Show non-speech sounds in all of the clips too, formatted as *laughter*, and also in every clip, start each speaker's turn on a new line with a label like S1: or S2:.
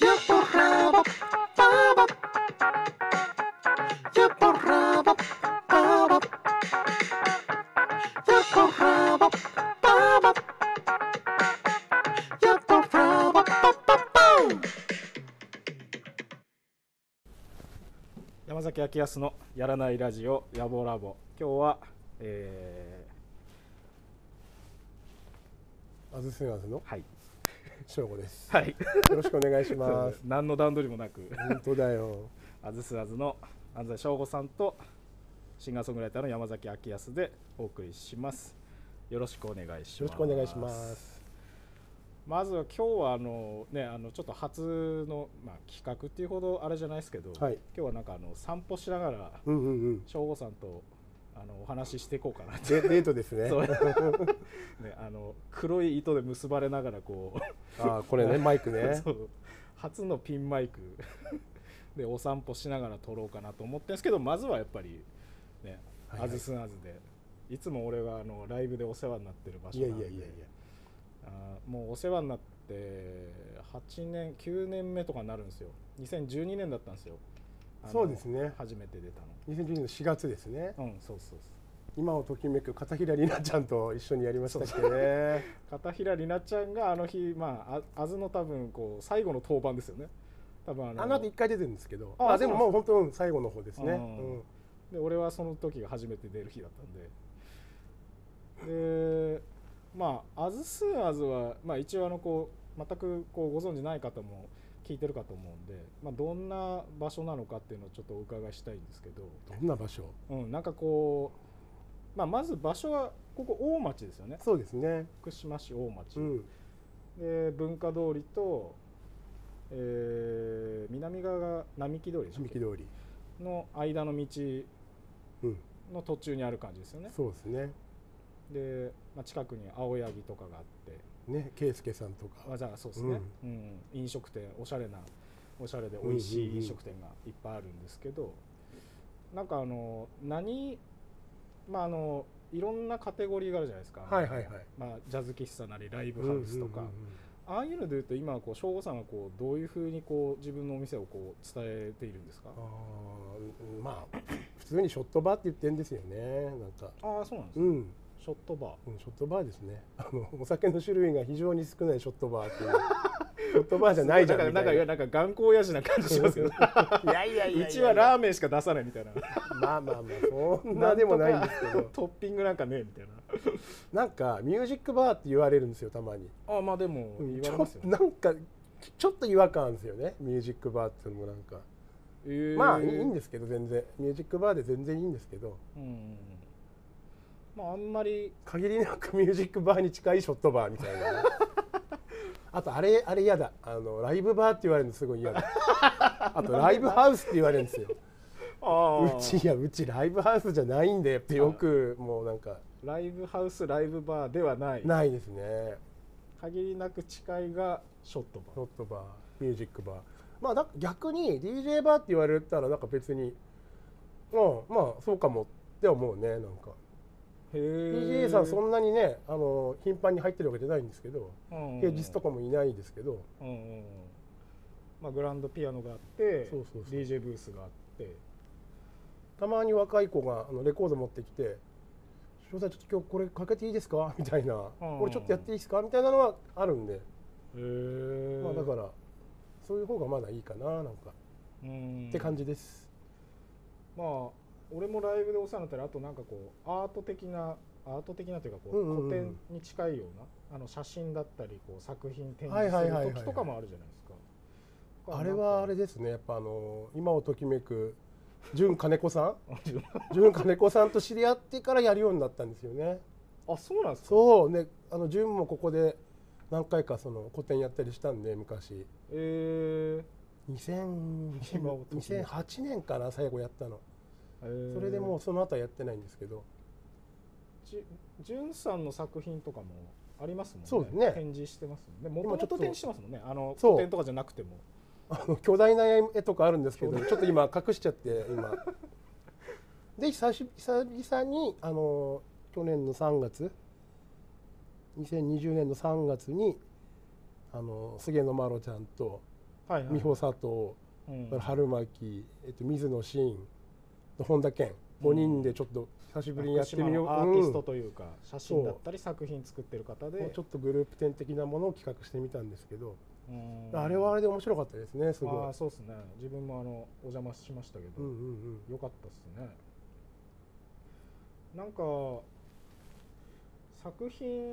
S1: Я порабок, бабок. Я порабок, бабок. Я порабок, бабок. Я порабок, ба-ба-бам.
S2: 山崎明康のやらないラジオ野望ラボ今日は、え
S3: あずすみませんの
S2: ー、はい
S3: 翔吾です。
S2: はい
S3: よろしくお願いします。
S2: 何の段取りもなく
S3: 本当だよ。
S2: あずすあずの安西翔吾さんとシンガーソングライターの山崎明康でお送りしますよろしくお願いします
S3: よろしくお願いします。
S2: まずは今日はあのねあのちょっと初の、まあ、企画っていうほどあれじゃないですけど、
S3: はい
S2: 今日はなんかあの散歩しながら
S3: うんうんうん。
S2: 翔吾さんとあのお話ししていこうかなって
S3: デデートですね。
S2: そうね、あの黒い糸で結ばれながらこ
S3: *laughs* ああこれねマイク
S2: う,、。
S3: ね
S2: *laughs* そう初のピンマイク *laughs* でお散歩しながら撮ろうかなと思ってるんですけどまずはやっぱりね
S3: はいは
S2: あ
S3: い
S2: ずすなずで、いつも俺があのライブでお世話になってる場所
S3: い
S2: な
S3: や
S2: ん
S3: い
S2: で
S3: やいやいや。
S2: あーもうお世話になって8年9年目とかになるんですよ2012年だったんですよあの
S3: そうですね
S2: 初めて出た
S3: 2012年の4月ですね。
S2: のうんそうそうそう
S3: 今をときめく片平里奈ちゃんと一緒にやりましたっけね。
S2: 片平里奈ちゃんがあの日まあああずの多分こう最後の登板ですよね多分あの
S3: *laughs* あの後一回出てるんですけど。
S2: あ
S3: あでももう本当うん最後の方ですね。
S2: う
S3: うんん。
S2: で俺はその時が初めて出る日だったんででまあアズスーアズは、まあ、一応あのこう全くこうご存じない方も聞いてるかと思うんで、まあ、どんな場所なのかっていうのをちょっとお伺いしたいんですけど、
S3: どんな場所？
S2: うん、なんかこう、まあ、まず場所はここ大町ですよね
S3: そうですね。
S2: 福島市大町、
S3: うん。
S2: で文化通りと、えー南側が並木通りでしょ
S3: 神木通り。
S2: の間の道
S3: うん。
S2: の途中にある感じですよね
S3: そうですね。
S2: で、まあ、近くに青柳とかがあって
S3: ね圭介さんと
S2: あ
S3: か。
S2: じゃあそうですね、うん飲食店おしゃれなおしゃれで美味し
S3: うんうん
S2: い
S3: うん
S2: 飲食店がいっぱいあるんですけど、なんかあの何まああのいろんなカテゴリーがあるじゃないですか、
S3: はいはいはい。
S2: まあ、ジャズ喫茶なりライブハウスとか、
S3: うんうんうんうん
S2: ああいうのでいうと今はこう省吾さんがこうどういうふうにこう自分のお店をこう伝えているんですか
S3: あーうんまあ *coughs* 普通にショットバーって言ってんですよねなんか
S2: ああそうなんです
S3: う
S2: ね、
S3: ん
S2: ショットバー
S3: うんショットバーですねあのお酒の種類が非常に少ないショットバーっていうショットバーじゃないじゃん
S2: なん
S3: みた
S2: か
S3: いな
S2: なんか頑固親父な感じしますけど
S3: *laughs* いやいやいやい
S2: *laughs*
S3: や
S2: うちはラーメンしか出さないみたいな
S3: まあまあまあそんなでもないんですけ
S2: なんと
S3: ど
S2: か *laughs* トッピングなんかねえみたいな
S3: *laughs* なんかミュージックバーって言われるんですよたまに
S2: あまあでも
S3: うん
S2: 言
S3: ち
S2: われ
S3: ょ
S2: ます
S3: っ
S2: よ
S3: と
S2: ね、
S3: なんかちちょっと違和感あるんですよねミュージックバーっていうのもなんか
S2: えー
S3: まあいいんですけど全然ミュージックバーで全然いいんですけど
S2: うんうんうんまああんまり
S3: 限りなくミュージックバーに近いショットバーみたいなね *laughs* あとあれあれ嫌だあのライブバーって言われるのすごい嫌だあとライブハウスって言われるんですよ
S2: あ
S3: うちいやうちライブハウスじゃないんでってよくもうなんか
S2: ライブハウスライブバーではない
S3: ないですね
S2: 限りなく近いがショット
S3: シ
S2: バ
S3: ョ
S2: ー
S3: ットバーミュージックバーまあだ逆に DJ バーって言われたらなんか別にうんまあそうかもって思うねなんか
S2: へ
S3: DJ さんそ
S2: なん
S3: なにねあの頻繁に入ってるわけじゃないんですけど平日とかもいないですけど
S2: うんうんうんまあ、グランドピアノがあって
S3: そうそうそう
S2: DJ ブースがあって
S3: たまに若い子があのレコード持ってきて「翔さんちょっと今日これかけていいですか?」みたいな「
S2: うん
S3: これちょっとやっていいですか?」みたいなのはあるんで、
S2: へえ、
S3: まあ、だからそういう方がまだいいかななんか、
S2: うん
S3: って感じです。
S2: まあ俺もライブでお世話になったらあとなんかこうアート的なアート的なというかこう、
S3: うんうんうん
S2: 古典に近いようなあの写真だったりこう作品展
S3: はい
S2: 示
S3: はい
S2: す
S3: はいはい
S2: る時とかもあるじゃないですか。
S3: あれはあれですねやっぱあの今をときめく純金子さん
S2: *laughs* なんか
S3: 純金子さんと知り合ってからやるようになったんですよね。
S2: あそうなんですか
S3: そうねあの純もここで何回かその個展やったりしたんで昔
S2: えー
S3: 2000
S2: 今をときめく
S3: 2008年かな最後やったの
S2: えー
S3: それでもうその後はやってないんですけど
S2: じじゅんさんの作品とかもありますもんね
S3: そうですね
S2: 展示してますもんねもと
S3: 今
S2: も
S3: ちょ
S2: と
S3: っと
S2: 展示してますもんねあの
S3: そう
S2: 古典とかじゃなくても
S3: あの巨大な絵とかあるんですけどちょっと今隠しちゃって今で久し久々にあの去年の3月2020年の3月にあの菅野麻呂ちゃんと
S2: はいはい
S3: 美穂佐藤
S2: うん
S3: 春巻、えっと、水野真本田健5人でちょっと久しぶりにやってみよ
S2: 福島
S3: う、
S2: のアーティス
S3: う
S2: ト
S3: ん
S2: というか、写真だったり作品作ってる方で
S3: ちょっとグループ展的なものを企画してみたんですけど、
S2: うん
S3: あれはあれで面白かったですねすごい。
S2: ああそうですね自分もあのお邪魔しましたけど、
S3: うんうん
S2: よかったっすねなんか作品、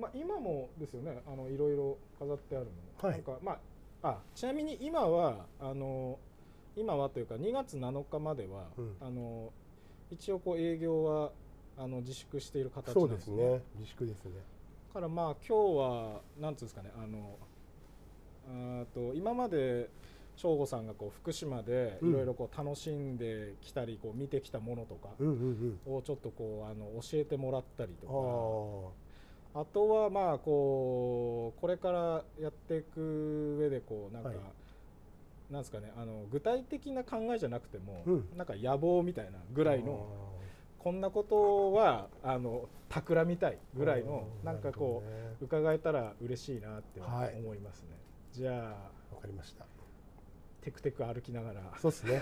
S2: まあ、今もですよねあのいろいろ飾ってあるの、
S3: は
S2: な
S3: い
S2: んかまああちなみに今はあの今はというか2月7日までは、
S3: うん
S2: あの一応こう営業はあの自粛している
S3: うん、
S2: 形
S3: そ
S2: な
S3: うんで
S2: ですすね
S3: ね自粛ですね。
S2: だからまあ今日はなんつうんですかねあのあーと今まで省吾さんがこう福島で
S3: うん
S2: いろいろこう楽しんできたりこう見てきたものとか
S3: うんうん
S2: をちょっとこうあの教えてもらったり
S3: う
S2: と
S3: ん、
S2: か
S3: あ
S2: あとはまあこうこれからやっていく上でこうなんか、
S3: はい
S2: なんですかねあの具体的な考えじゃなくても、
S3: うん
S2: なんか野望みたいなぐ
S3: ぐ
S2: らいのこんなことはあの企みたいぐらいのなんかこう。伺えたら嬉しいなって
S3: はい
S2: 思いますね、じゃあ
S3: うわかりました
S2: テクテク歩きながら *laughs*
S3: そうですね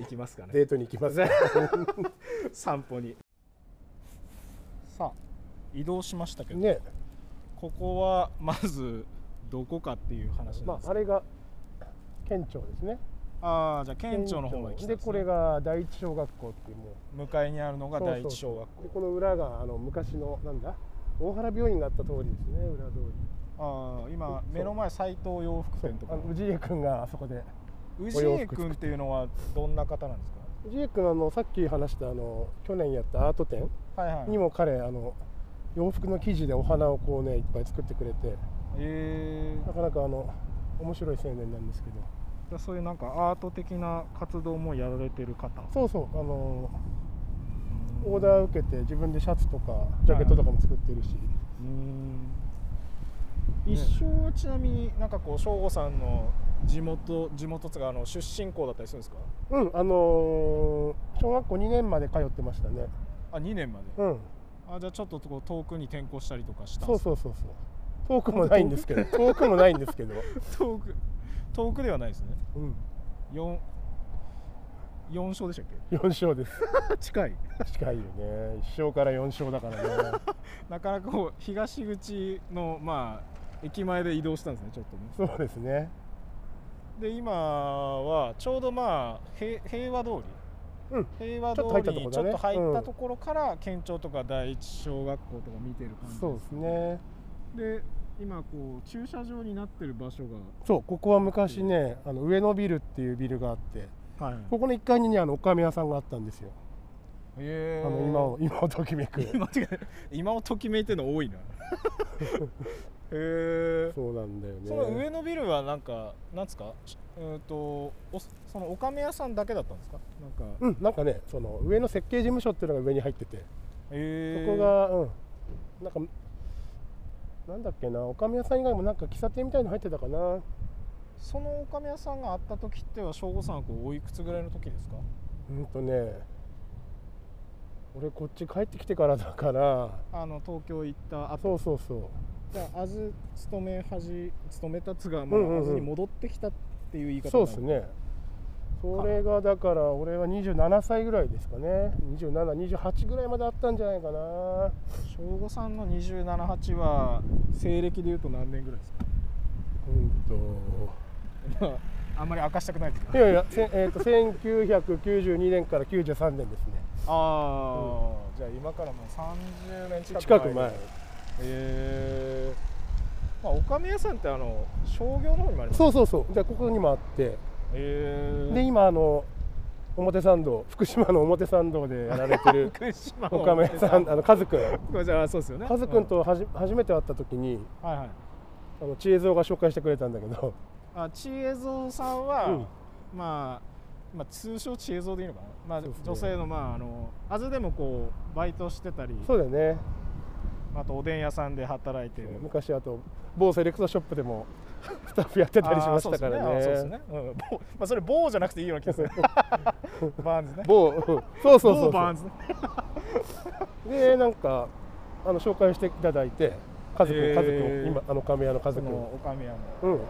S2: 行きますか *laughs* ね
S3: デートに行きます
S2: 散歩にさあ移動しましたけど、
S3: ね
S2: ここはまずどこかっていう話なんですけど、
S3: まああれが県庁ですね
S2: ああじゃあ県庁の方まで来たん
S3: で,、
S2: すね
S3: これが第一小学校っていうもう
S2: 向かいにあるのが第一小学校
S3: でこの裏があの昔のなんだ大原病院があった通りですね裏通り
S2: ああ今
S3: そう
S2: 目の前斎藤洋服店と
S3: あ
S2: か
S3: の氏家君があそこで
S2: 氏
S3: お洋
S2: 家
S3: 服作っ
S2: 君っていうのはどんな方なんです
S3: 氏家君あのさっき話したあの去年やったアート展
S2: かはいはい
S3: にも彼あの洋服の生地でお花をこうねいっぱい作ってくれて
S2: ええ
S3: なかなかあの面白い青年なんですけど
S2: じゃあそういうなんかアート的な活動もやられてる方
S3: そうそうあのオーダーを受けて自分でシャツとかジャケットとかも作ってるし、
S2: うーん一生はちなみになんかこう省吾さんの地元地元つうかあの出身校だったりするんですか
S3: うんあの小学校2年まで通ってましたね
S2: あ2年まで、
S3: うん
S2: あじゃあちょっとこう遠くに転校したりとかしたん
S3: そう
S2: ですか
S3: そうそうそう遠くもないんですけど遠くもないんですけど、
S2: 遠く遠くではないですね
S3: *laughs* うん、
S2: 4四勝でしたっ
S3: 4勝です
S2: け近い
S3: *laughs* 近いよね1勝から4勝だからね
S2: なかなかこう東口のまあ駅前で移動したんですねちょっとね
S3: そうですね
S2: で今はちょうどまあ平平和通り、
S3: うん
S2: 平和通りにちょっと入ったところから県庁とか第一小学校とか見てる感じ
S3: そうですね
S2: で今こう駐車場になってる場所
S3: そうここは昔ねあの上野ビルっていうビルがあって
S2: がはい
S3: ここの1階にねあのおかみ屋さんがあったんですよあ
S2: え
S3: の今
S2: *laughs*
S3: を今をときめく
S2: 今てか今をときめいてるの
S3: *laughs*
S2: 多いなへえ
S3: そうなんだよね
S2: その上のビルはなんかなんですかえっとおそのおかめ屋さんだけだったんですかなんか
S3: うんなんかねその上の設計事務所っていうのが上に入っててこ
S2: え
S3: こがうんなんかなんだっけなおかみ屋さん以外もなんか喫茶店みたいの入ってたかな
S2: そのおかみ屋さんがあった時っては省吾さんはこうおいくつぐらいの時ですか
S3: うんとね俺こっち帰ってきてからだから
S2: あの東京行った
S3: そ
S2: 後
S3: うそうそう
S2: じゃああず勤め始勤めたつが
S3: んうんうん
S2: まああずに戻ってきたっていう言い方
S3: そうです
S2: ね
S3: ねそれがだから俺は27歳ぐらいですかね2728ぐらいまであったんじゃないかな
S2: 省吾さんの278は西暦でいうと何年ぐらいです *laughs* か
S3: うん
S2: まああんまり明かしたくないです
S3: とい
S2: か
S3: やいや、せえー、と1992年から93年ですね
S2: ああ、じゃあ今からもう30年近く
S3: 近く前
S2: へえまあおかみ屋さんってあの商業の方にもあります
S3: そうそうそうでここにもあって
S2: へえ
S3: で今あの表参道福島の表参道でやられ
S2: *laughs*
S3: てる
S2: 福島
S3: おかめ屋さんあのカズくん
S2: これじゃあそうですよね
S3: カズくん、とはじ初めて会った時に
S2: うんはいはい
S3: あの知恵蔵が紹介してくれたんだけど
S2: あ知恵蔵さんは、
S3: うん
S2: まあ、まあ通称知恵蔵でいいのかな、まあ
S3: そうですね
S2: 女性のまああのあずでもこうバイトしてたり
S3: そうだよね
S2: あとおでん屋さんで働いてる
S3: 昔あと某セレクトショップでもスタッフやってたりしましたから
S2: あー
S3: ね
S2: そうですねあそうですね、うん棒まあ、それ棒じゃなくていいような気がする
S3: *laughs*
S2: バーンズね
S3: 某そうそうそう
S2: 某バーン
S3: そ
S2: ズね
S3: うでなんかあの紹介していただいて家族
S2: へー
S3: 家族も今あの亀屋の家
S2: そ
S3: 族
S2: の
S3: も
S2: おかみ屋も、
S3: うん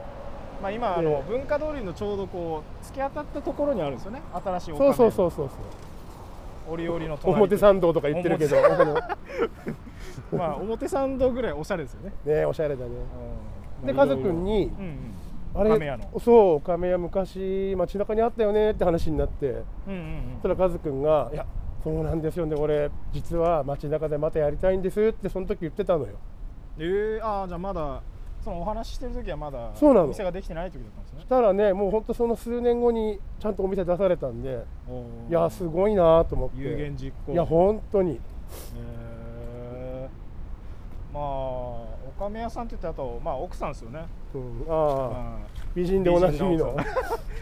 S2: まあ、今あ
S3: で
S2: の文化通りのちょうどこう突き当たったところにあるんですよね新しいおかみ
S3: そう
S2: 屋
S3: そうそうそう
S2: う折々の
S3: そう
S2: 隣
S3: 表参道とか言ってるけど
S2: まあ表参道ぐらいおしゃれですよね、
S3: ねおしゃれだね
S2: うん
S3: で
S2: まあ
S3: 家族に
S2: うん
S3: 「
S2: うん
S3: あれ
S2: 亀屋の
S3: そう亀屋昔街中にあったよね」って話になって
S2: うんうんうん
S3: そしたらカズくんが「いやそうなんですよね俺実は街中でまたやりたいんです」ってその時言ってたのよ
S2: ええああじゃあまだそのお話ししてる時はまだ
S3: そうなの
S2: お店ができてない時だったんですね
S3: そしたらねもうほんとその数年後にちゃんとお店出されたんで
S2: おー
S3: いやすごいなと思って
S2: 有言実行
S3: いや本当に
S2: へーまあおかみ屋さんって言ってあとまあ奥さんですよね、
S3: うんああ
S2: まあ
S3: 美人でおなじみの
S2: 美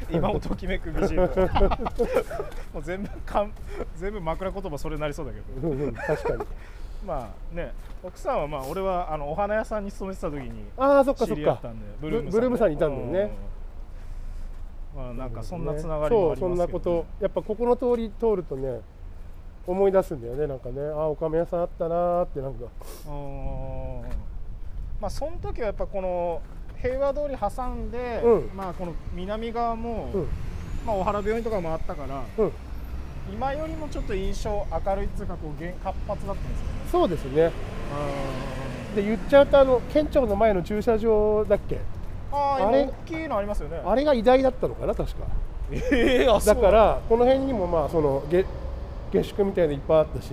S2: 人な今をときめく美人も
S3: *laughs*
S2: う全部かん全部枕言葉それになりそうだけど
S3: うんうん確かに
S2: まあね奥さんはまあ俺はあのお花屋さんに勤めてた時に
S3: ああそっかそ
S2: 知
S3: っ
S2: り合っ
S3: か
S2: たんで
S3: ブ
S2: ブ
S3: ブルームさんにいたんだよね
S2: うんまあなんかそんなつながりもありますけど、ね、
S3: そうそんなことやっぱここの通り通るとね思い出すんだよねなんかねああおかみ屋さんあったなーってなんか
S2: うーんまあその時はやっぱこの平和通り挟んで、
S3: うん
S2: まあこの南側も、
S3: うん
S2: まあお原病院とかもあったから
S3: うん
S2: 今よりもちょっと印象明るいっていうかこうげん活発だったんですよね
S3: そうですねで言っちゃうとあの県庁の前の駐車場だっけ
S2: ああ
S3: あれ
S2: 今大きいのありますよね
S3: あれが偉大だったのかな確か
S2: *laughs* ええあ
S3: だか
S2: そう
S3: らこの辺にもまあその下下宿みたいのいっぱいあったし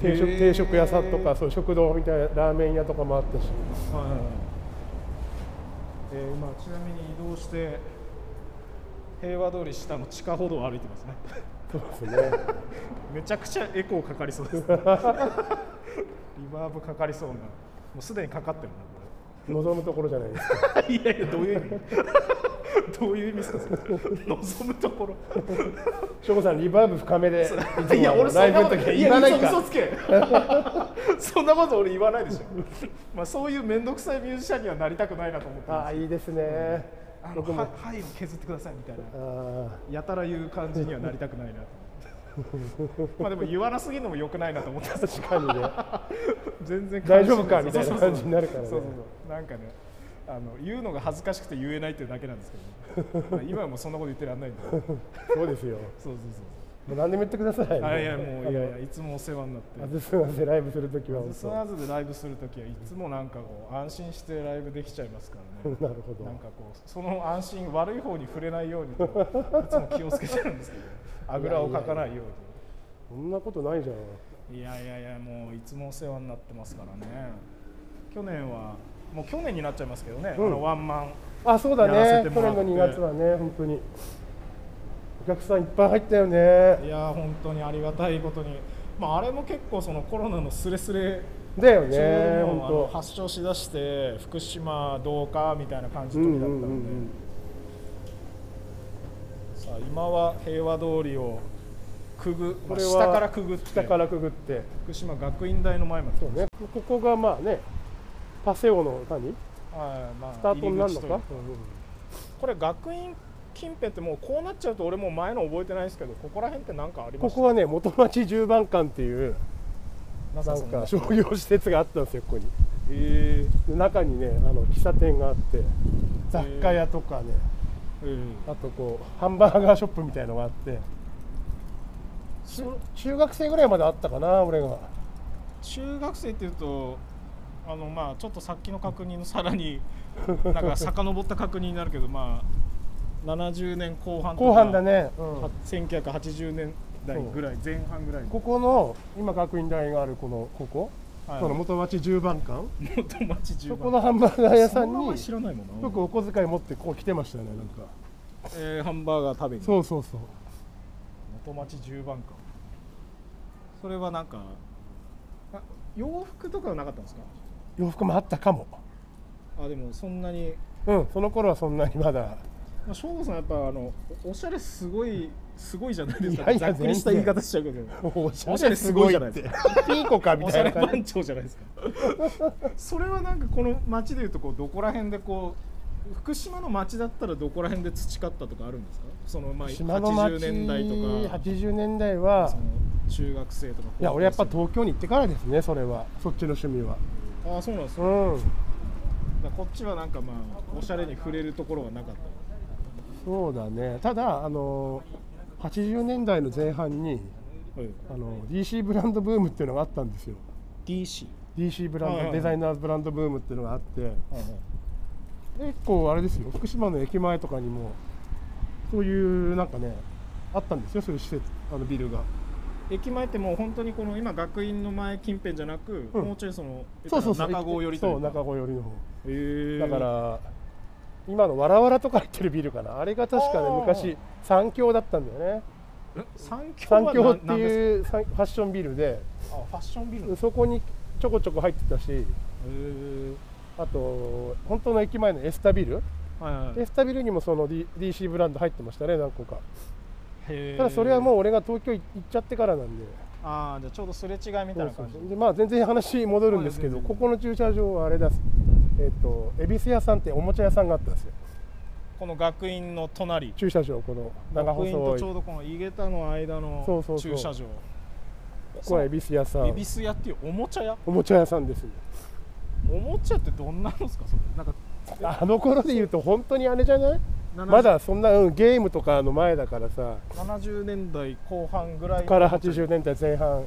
S3: 定食
S2: へー
S3: 定食屋さんとかそう食堂みたいなラーメン屋とかもあったし
S2: はいはいはいえー今ちなみに移動して平和通り下の地下歩道を歩いてますね *laughs*
S3: そうですね
S2: めちゃくちゃエコーかかりそうです、ね、リ *laughs* バーブかかりそうなもうすでにかかってる
S3: 望むところじゃないですか
S2: な
S3: *laughs*
S2: これ *laughs* いやいやどういう意味 *laughs* どういう意味ですかそれ望むところ
S3: 省吾さんリバーブ深めでいつ
S2: *laughs*
S3: も
S2: いや、俺そ
S3: ライ
S2: ん
S3: ブ
S2: な
S3: の
S2: こと
S3: 時は
S2: 言
S3: 言わ
S2: わ
S3: な
S2: ないい
S3: か
S2: 嘘つけ。 *laughs* そんなこと俺言わないでしょ。まあそういう面倒くさいミュージシャンにはなりたくないなと思って
S3: あ
S2: ま
S3: あ
S2: す。
S3: いいですね
S2: あの
S3: 僕も
S2: は範囲を削ってくださいみたいな
S3: あ。あ
S2: やたら言う感じにはなりたくないなと
S3: *laughs*
S2: 思って。まあでも言わなすぎるのも良くないなと思ったんです
S3: 確かにね
S2: 全然関
S3: 大丈
S2: 心
S3: 夫かみたい
S2: そう
S3: な
S2: そうそう
S3: 感じになるからね
S2: そうそうそうなんかねあの言うのが恥ずかしくて言えないっていうだけなんですけど、まあ今はもうそんなこと言ってらんないんでそうそう
S3: そうですよも
S2: そう
S3: う何でも言ってください
S2: そうあいやもういやいや
S3: あ
S2: いつもお世話になって
S3: のあずすませライブする時は
S2: ス
S3: 本
S2: ワーズでライブするときはいつもなんかこう安心してライブできちゃいますからね
S3: 当なるほど
S2: なんかこうその安心悪い方に触れないようにといつも気をつけてるんですけどあぐらをかかないよ
S3: そんなことないじゃん
S2: うにいやいやいやもういつもお世話になってますからね去年はもう去年になっちゃいますけどね、
S3: うん
S2: あのワンマン
S3: あそうだ
S2: やらせ
S3: ね
S2: て
S3: 去
S2: もら
S3: 年
S2: っ
S3: の
S2: て
S3: 2月はね本当にお客さんいっぱい入ったよね
S2: いやー本当にありがたいことに、まあ、あれも結構そのコロナのスレスレ
S3: だよ
S2: ちょう
S3: ね
S2: どもうあの
S3: 本
S2: 発症しだして福島どうかみたいな感じ
S3: 当う
S2: の時
S3: ん
S2: だ
S3: う
S2: ったん
S3: ん
S2: で、
S3: うん
S2: さあ今は平和通りをくぐ、ま
S3: こ
S2: あ
S3: れは
S2: 下からくぐって
S3: 下からくぐって
S2: 福島学院大の前まで
S3: そうねここがまあねパセオの何
S2: はいまあ、
S3: スタートになる
S2: 入り口
S3: のか
S2: というこれ学院近辺ってもうこうなっちゃうと俺もう前の覚えてないですけどここら辺って何かありま
S3: こ
S2: した
S3: こはね元町十番館っていう
S2: な
S3: な
S2: さそ
S3: ん
S2: う
S3: か商業施設があったんですよここに
S2: え
S3: で中にねあの喫茶店があって雑貨屋とかね
S2: ー、えー、
S3: あとこうハンバーガーショップみたいのがあって
S2: そ
S3: 中学生ぐらいまであったかな俺が
S2: 中学生っていうとあのまあちょっとさっきの確認のさらになんか遡った確認になるけどまあ70年後半とか
S3: 後半だね、うん
S2: は1980年代ぐらい前半ぐらい
S3: ここの今学院大があるこのここ、
S2: はい
S3: この元町十番館
S2: 元町中
S3: そ
S2: 盤
S3: このハンバーガー屋さん
S2: そ名
S3: に
S2: 前知らないもんな
S3: よくお小遣い持ってこう来てましたよねなんか
S2: えーハンバーガー食べに
S3: そうそうそう
S2: 元町十番かそれはなんかあ洋服とかはなかったんですか
S3: 洋服もあったかも
S2: あでもそんなに
S3: うんその頃はそんなにまだ
S2: まあ、省吾さんやっぱあのおおしゃれすごいすごいじゃないですか
S3: いやいや
S2: ざっくりした言い方しちゃうけど
S3: お
S2: おしゃれすごいじゃないです
S3: ピーコかみ
S2: お
S3: た
S2: しゃ
S3: い
S2: れ
S3: な感
S2: 番
S3: じ
S2: 長じゃないですか *laughs* それはなんかこの町でいうとこうどこら辺でこう福島の町だったらどこら辺で培ったとかあるんですかそのまあ
S3: 島の町
S2: 80年代とか
S3: 80年代は
S2: その中学生とか
S3: いや俺やっぱ
S2: 高校
S3: 東京に行ってからですねそれはそっちの趣味は
S2: 生ああそうなんですよ
S3: うん
S2: だからこっちはなんかまあおしゃれに触れるところはなかった
S3: そうだねただあの80年代の前半に
S2: はい
S3: あの DC ブランドブームっていうのがあったんですよ
S2: DC
S3: DC ブランド、
S2: はいはいはい
S3: デザイナーズブランドブームっていうのがあって
S2: はいはい
S3: 結構あれですよ福島の駅前とかにもそういうなんかねあったんですよそういう施設あのビルが
S2: 駅前ってもう本当にこの今学院の前近辺じゃなく、
S3: うん
S2: もうちょいその
S3: そうそうそう
S2: 中郷寄りとい
S3: そう
S2: うか
S3: 中郷寄りの方
S2: へー
S3: だから今のわらわらとか入ってるビルかなあれが確かね
S2: あー
S3: 昔三強だったんだよね
S2: え三峡
S3: 三
S2: は
S3: 強
S2: な
S3: って
S2: なんです
S3: いうさんファッションビルで
S2: かあファッションビルなんです
S3: そこにちょこちょこ入ってたし
S2: へ
S3: あと本当の駅前のエスタビル、
S2: ーはいはい
S3: エスタビルにもその、D、DC ブランド入ってましたね何個か
S2: へー
S3: ただそれはもう俺が東京行っちゃってからなんで
S2: ああじゃあちょうどすれ違いみたいな
S3: そう
S2: 感じ
S3: そうそうでまあ全然話戻るんですけ
S2: は
S3: ど
S2: い全然
S3: ここの駐車場はあれだえっ、と恵比寿屋さんっておもちゃ屋さんがあったんですよ
S2: この学院の隣
S3: 駐車場この長
S2: 学院
S3: 細
S2: と
S3: い
S2: ちょう
S3: こ
S2: どこの井桁の間
S3: そうそ
S2: の
S3: うそう
S2: 駐車場
S3: こは恵比寿屋さ
S2: 恵
S3: ん
S2: 比寿屋っていうおもちゃ屋
S3: おもちゃ屋さんです
S2: おもちゃってどんなのですかそれなんか
S3: あの頃で言うと本当にあれじゃない
S2: 70
S3: まだそんな、うんゲームとかの前だからさ
S2: 70年代後半ぐらいの
S3: から80年代前半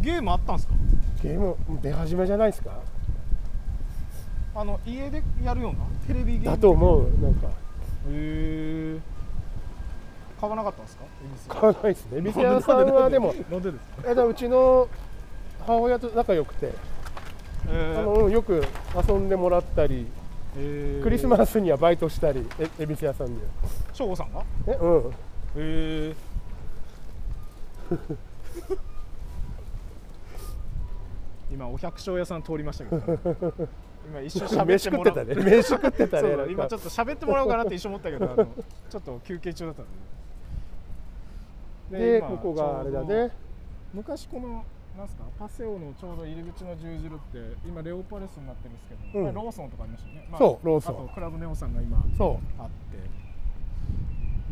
S2: ゲームあったんですか
S3: ゲーム出始めじゃないですか
S2: あの家でやるようなテレビゲーム
S3: だと思うなんか
S2: へえ買わなかったんですか恵比寿
S3: 買わないですね恵比寿屋さんはでも
S2: なんでですか、
S3: えだからうちの母親と仲良くて、
S2: え
S3: あのうんよく遊んでもらったり、クリスマスにはバイトしたりえ恵比寿屋さんで
S2: 省吾さんがへ
S3: えうん
S2: え *laughs* 今お百姓屋さん通りましたけど今一緒に喋っ
S3: 飯
S2: て
S3: 食っ
S2: も
S3: て
S2: ら
S3: た
S2: う
S3: ね飯食ってた
S2: そう
S3: ね
S2: だ
S3: なん
S2: 今ち
S3: か
S2: ょっと喋ってもらおうかなって一瞬思ったけ
S3: *laughs*
S2: どあのちょっと休憩中だったんで
S3: で
S2: 今
S3: ここがあれだ
S2: ちょうど
S3: ね
S2: 昔このなんすかパセオのちょうど入り口の十字路って今レオパレスになってるんですけど、
S3: うん
S2: まあローソンとかありましたよね、まあ
S3: そうローソン
S2: あとクラブネオさんが今
S3: そ
S2: あって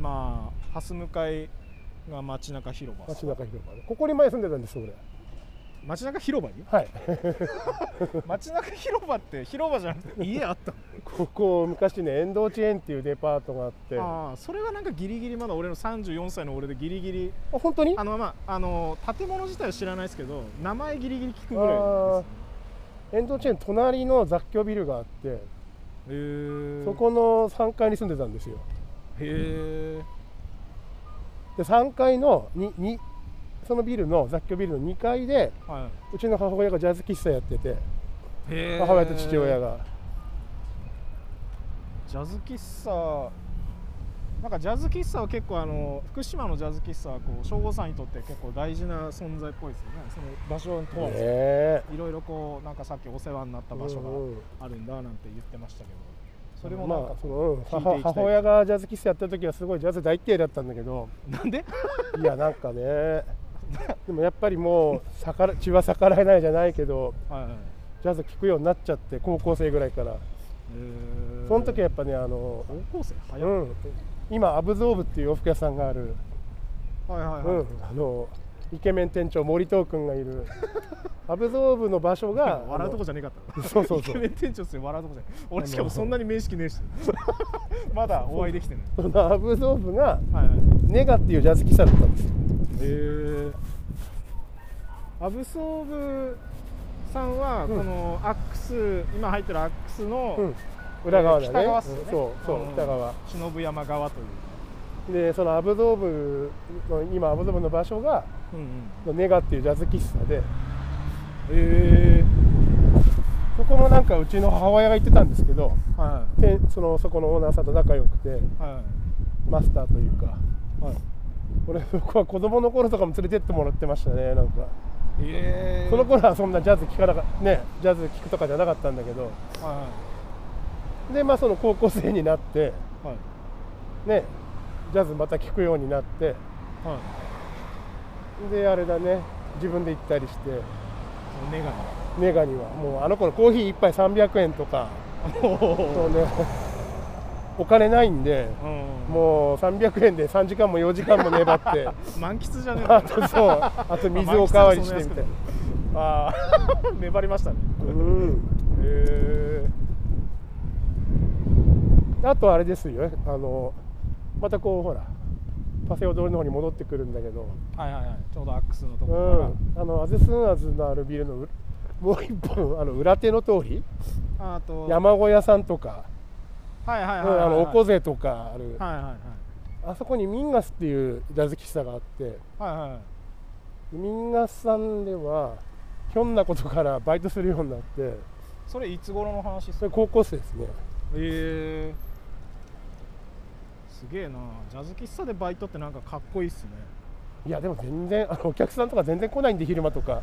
S2: まあ蓮向かいが街中広場
S3: う街中広場ねここに前住んでたんです俺
S2: 街中広
S3: *laughs*
S2: 場に
S3: はい
S2: 街中広場って広場じゃなくて家あった
S3: ここ昔ね遠藤地園っていうデパートがあってあ
S2: ああそれはなんかギリギリまだ俺の34歳の俺でギリギリ
S3: 本当
S2: *laughs*
S3: に
S2: あのまああの建物自体は知らないですけど名前ギリギリ聞くぐらい
S3: あ
S2: で
S3: ー遠藤地園隣の雑居ビルがあって
S2: すへえ
S3: そこの3階に住んでたんですよ
S2: へえ
S3: で3階のににそのビルの雑居ビルの2階で
S2: は
S3: うちの母親がジャズ喫茶やってて
S2: いへー
S3: 母親と父親が
S2: ジャズ喫茶なんかジャズ喫茶は結構あの福島のジャズ喫茶はこう省吾さんにとって結構大事な存在っぽいですよねその場所に問わ
S3: ね
S2: ず、
S3: え
S2: いろいろこうなんかさっきお世話になった場所
S3: うんうん
S2: があるんだなんて言ってましたけどそれもなん
S3: ま
S2: か
S3: あそのう
S2: 聞
S3: ん
S2: いて
S3: 母
S2: いきたい
S3: 母親がジャズ喫茶やった時はすごいジャズ大嫌いだったんだけど
S2: なんで
S3: いやなんかねでもやっぱりもう逆ら血は逆らえないじゃないけど
S2: はいはい
S3: ジャズ聴くようになっちゃって高校生ぐらいから
S2: へー
S3: その時はやっぱねあの、
S2: 高校生
S3: う
S2: 早い、
S3: ん、今アブゾーブっていう洋服屋さんがある
S2: はいはいはい、
S3: うん、あのイケメン店長森藤君がいるアブゾーブの場所が
S2: 笑うとこ
S3: じ
S2: じゃねえかった
S3: そうそうそう
S2: イケメン店長っすよ笑うとこじゃねえ俺しかもそんなに面識ねえしまだお会いできてない
S3: ゃそのアブゾーブが
S2: はいはい
S3: ネガっていうジャズ喫茶だったんですよ
S2: へえアブソーブさんはこのアックス、今入ってるアックスの、
S3: うん裏側だね
S2: 北側っすよね、
S3: うんそうそう、
S2: ん
S3: 北側
S2: 忍山側という
S3: でそのアブゾーブの今アブゾーブの場所が
S2: うんうん
S3: ネガっていうジャズ喫茶で
S2: え
S3: そこもなんかうちの母親が行ってたんですけど
S2: えは
S3: てそのそこのオーナーさんと仲良くて
S2: いは
S3: マスターというか
S2: いはい
S3: 俺僕は子供の頃とかも連れてってもらってましたねなんか
S2: ええ
S3: その頃はそんなジャズ聴かなかねジャズ聴くとかじゃなかったんだけど
S2: は
S3: でまあその高校生になって
S2: いはい
S3: ねジャズまた聴くようになって
S2: はい
S3: であれだね自分で行ったりして
S2: そのネガ
S3: ネガにはもうあの頃コーヒー1杯300円とか
S2: ネお
S3: そうね *laughs* お金ないんで
S2: うん
S3: もう300円で3時間も4時間も粘って
S2: 満喫じゃねえ
S3: あとそうあと水おかわりしてみたいな
S2: ああ粘りましたね
S3: うん
S2: へえ
S3: あとあれですよあのまたこうほらパセオ通りの方に戻ってくるんだけど
S2: はいはいはいちょうどアックスのとこ
S3: う
S2: ろから、
S3: んあのアゼスンアズのあるビルのうもう一本あの裏手の通り
S2: あと
S3: 山小屋さんとか
S2: はいはい
S3: うん
S2: はいはい、
S3: あのおこ
S2: ぜ
S3: ぜとかある
S2: はいはいはい
S3: あそこにミンガスっていうダズキ喫茶があって
S2: はいはいはい
S3: ミンガスさんではひょんなことからバイトするようになって
S2: それいつ頃の話です
S3: そ
S2: か
S3: れ高校生ですね
S2: ええすげえなジャズ喫茶でバイトってなんかかっこいいっすね
S3: いやでも全然あのお客さんとか全然来ないんで昼間
S2: *laughs*
S3: とか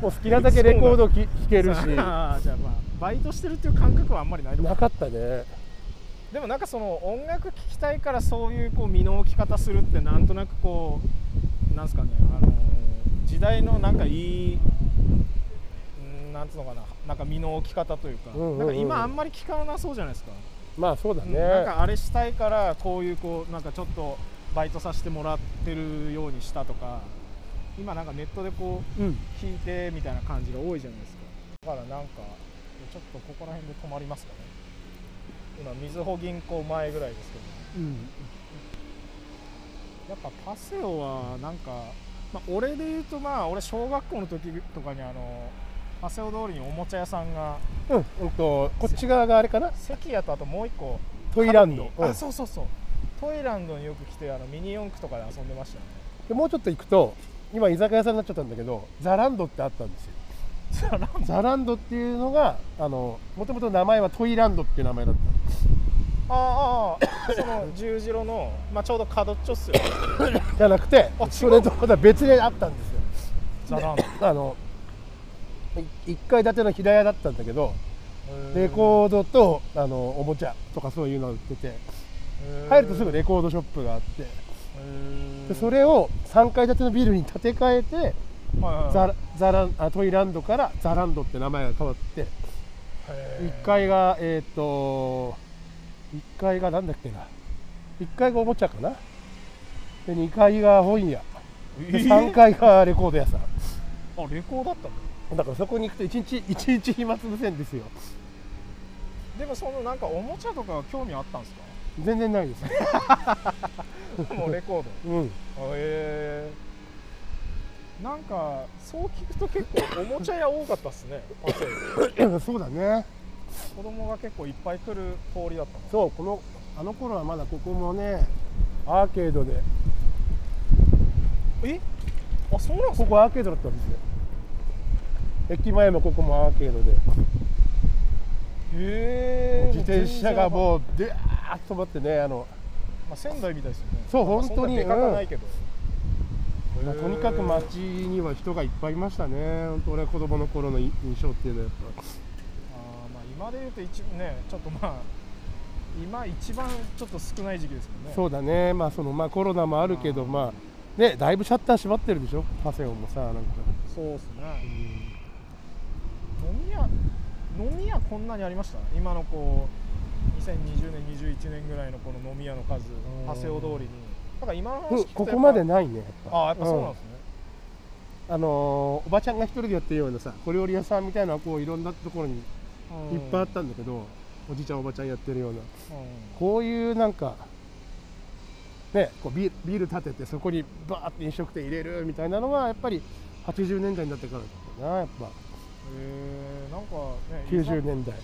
S3: もう好きなだけレコード聴けるし
S2: あーじゃあまあバイトしてるっていう感覚はあんまりないと思う
S3: なかったね
S2: でもなんかその音楽聴きたいからそういうこう身の置き方するってなんとなくこうなんすかね、あのー時代のなんかいいうんなんつうのかななんか身の置き方というか、
S3: うんうんうん
S2: なんか今あんまり聞かなそうじゃないですか、
S3: まあそうだ
S2: う
S3: ね
S2: んなんかあれしたいからこういうこうなんかちょっとバイトさせてもらってるようにしたとか今なんかネットでこう
S3: うん
S2: 弾いてみたいな感じが多いじゃないですかだからなんかちょっとここら辺で止まりますかね今みずほ銀行前ぐらいですけど
S3: うん
S2: やっぱパセオはなんか、まあ、俺で言うとまあ俺小学校の時とかにあのパセオ通りにおもちゃ屋さんが
S3: うん、うんと、こっち側があれかな、
S2: 関谷とあともう一個
S3: トイランド。
S2: 角に
S3: うん
S2: あそうそうそうトイランドによく来てあのミニ四駆とかで遊んでま
S3: *laughs*
S2: したね
S3: でもうちょっと行くと、今居酒屋さんになっちゃったんだけど、ザランドってあったんですよ。
S2: ザランド
S3: ザランドっていうのが、あの、もともと名前はトイランドっていう名前だっ
S2: ああああその十字路の、まあ、ちょうど角っちょっすよね
S3: た。じゃなくて
S2: あ違う、
S3: それとまた別であったんですよ。
S2: ザランド
S3: あの、い一階建ての平屋だったんだけど、レ
S2: ー
S3: コードと、あの、おもちゃとかそういうのを売ってて、入るとすぐレコードショップがあって、でそれを3階建てのビルに建て替えて、ザラザランあトイランドからザランドって名前が変わって1階がえっ、と1階がなんだっけな1階がおもちゃかなで2階が本屋で3
S2: 3
S3: 階がレコード屋さん、
S2: あレコードだったんだ
S3: だからそこに行くと1日一日暇つぶせんですよ
S2: でもそのなんかおもちゃとか興味あったんです
S3: *laughs* 全然ないです、
S2: かもうレコード
S3: うん、
S2: へえなんかそう聞くと結構おもちゃ屋多かったっすねパセリ
S3: *coughs* そうだね
S2: 子供が結構いっぱい来る通りだったの
S3: そうこのあの頃はまだここもねアーケードで
S2: えあそうなんす
S3: こ
S2: か
S3: こアーケードだったんですよ駅前もここもアーケードで
S2: へえ
S3: 自転車がもうでーっと止まってねあの、
S2: まあ、仙台みたいですよね
S3: そう
S2: なんか
S3: 本当に
S2: そんなでかくないけど、
S3: まあ、
S2: へー
S3: とにかく街には人がいっぱいいましたね本当俺は子供の頃の印象っていうのはやっ
S2: あーまあ今で言うと一ねちょっとまあ今一番ちょっと少ない時期ですもん
S3: ぱ、
S2: ねう
S3: そうだねまあそのまあコロナもあるけど
S2: あー
S3: まあねだいぶシャッター閉まってるでしょパセオもさなんか、
S2: そうっすね飲み屋飲み屋こんなにありました今のこう2020年21年ぐらいのこの飲み屋の数
S3: ん
S2: 長谷尾通りになんか今の
S3: う
S2: 話
S3: ん
S2: 聞くと
S3: ここまで
S2: ね
S3: ないねやっぱ
S2: ああやっぱそうなんですね、
S3: うんあのーおばちゃんが一人でやってるようなさ小料理屋さんみたいなこういろんなところにいっ
S2: うん
S3: ぱいあったんだけど、おじいちゃんおばちゃんやってるような
S2: う
S3: こういうなんかねこうビールビール立ててそこにバーって飲食店入れるみたいなのはやっぱり80年代になってからだなやっ
S2: ん
S3: ぱ
S2: へえなんかね
S3: 90
S2: いざ
S3: 年代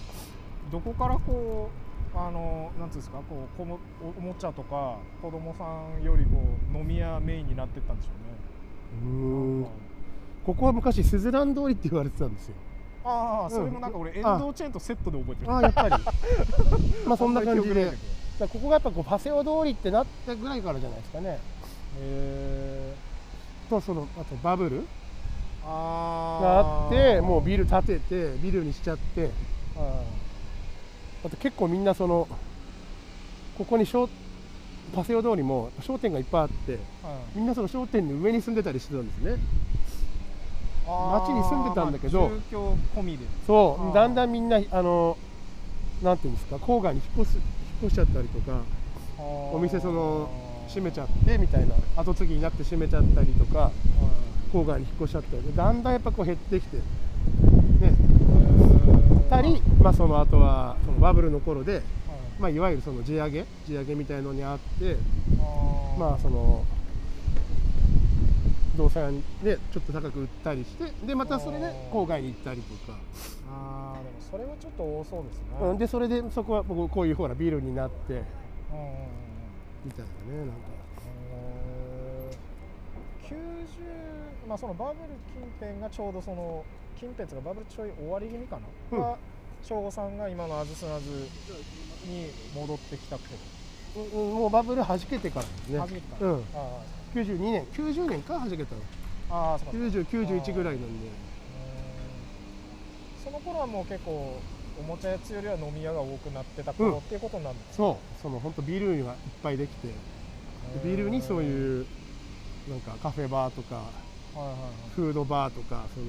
S2: どこからこうあのなんつうんですかこうこもおおもちゃとか子供さんよりこう飲み屋メインになってったんでしょうね
S3: うーんここは昔すずらん通りって言われてたんですよ
S2: ああ、
S3: ん
S2: それもなんか俺、
S3: あ
S2: エンドチェーンとセットで覚えてる。
S3: ああやっぱり *laughs* まあそんな感じで
S2: へ
S3: だからここがやっぱこうパセオ通りってなったぐらいからじゃないですかね
S2: え。
S3: とそのあとバブルが
S2: あ
S3: あってもうビル建ててビルにしちゃって
S2: うん。は
S3: あと結構みんなそのここに商パセオ通りも商店がいっぱいあってみんなその商店の上に住んでたりしてたんですね
S2: あー
S3: 街に住んでたんだけど
S2: まあ住居込みで。
S3: そ
S2: あー
S3: うだんだんみんなあのなんていうんですか郊外に引っ越す引っ越しちゃったりとか
S2: お
S3: お店その閉めちゃってみたいな後継ぎになって閉めちゃったりとか郊外に引っ越しちゃったよねだんだんやっぱこう減ってきてねたり、まあ、その後はそのバブルの頃で、まあ、いわゆるその地上げ地上げみたいのにあってまあその不動産でちょっと高く売ったりしてでまたそれで郊外に行ったりとか。
S2: あーでもそれはちょっと多そうですね
S3: うん、でそれでそこは僕こういうほらビルになって
S2: うんうんうん
S3: みたいなねなんか
S2: えー90まあそのバブル近辺がちょうどその近辺がバブルちょい終わり気味かな、
S3: うん
S2: が省吾さんが今のあずすなずに戻ってきたってこ
S3: うんうんもうバブル弾けてからです
S2: と
S3: ね
S2: 初めてか、
S3: うん、
S2: あー
S3: 92年90年から弾けたの
S2: あーそうか
S3: 9091ぐらいなんで
S2: その頃はもう結構おもちゃ屋つよりは飲み屋が多くなってた頃っていうことになるんです
S3: そうその本当ビルがいっぱいできてでビルにそう
S2: う
S3: いうなんかカフェバーとか
S2: はいはいはい
S3: フードバーとかその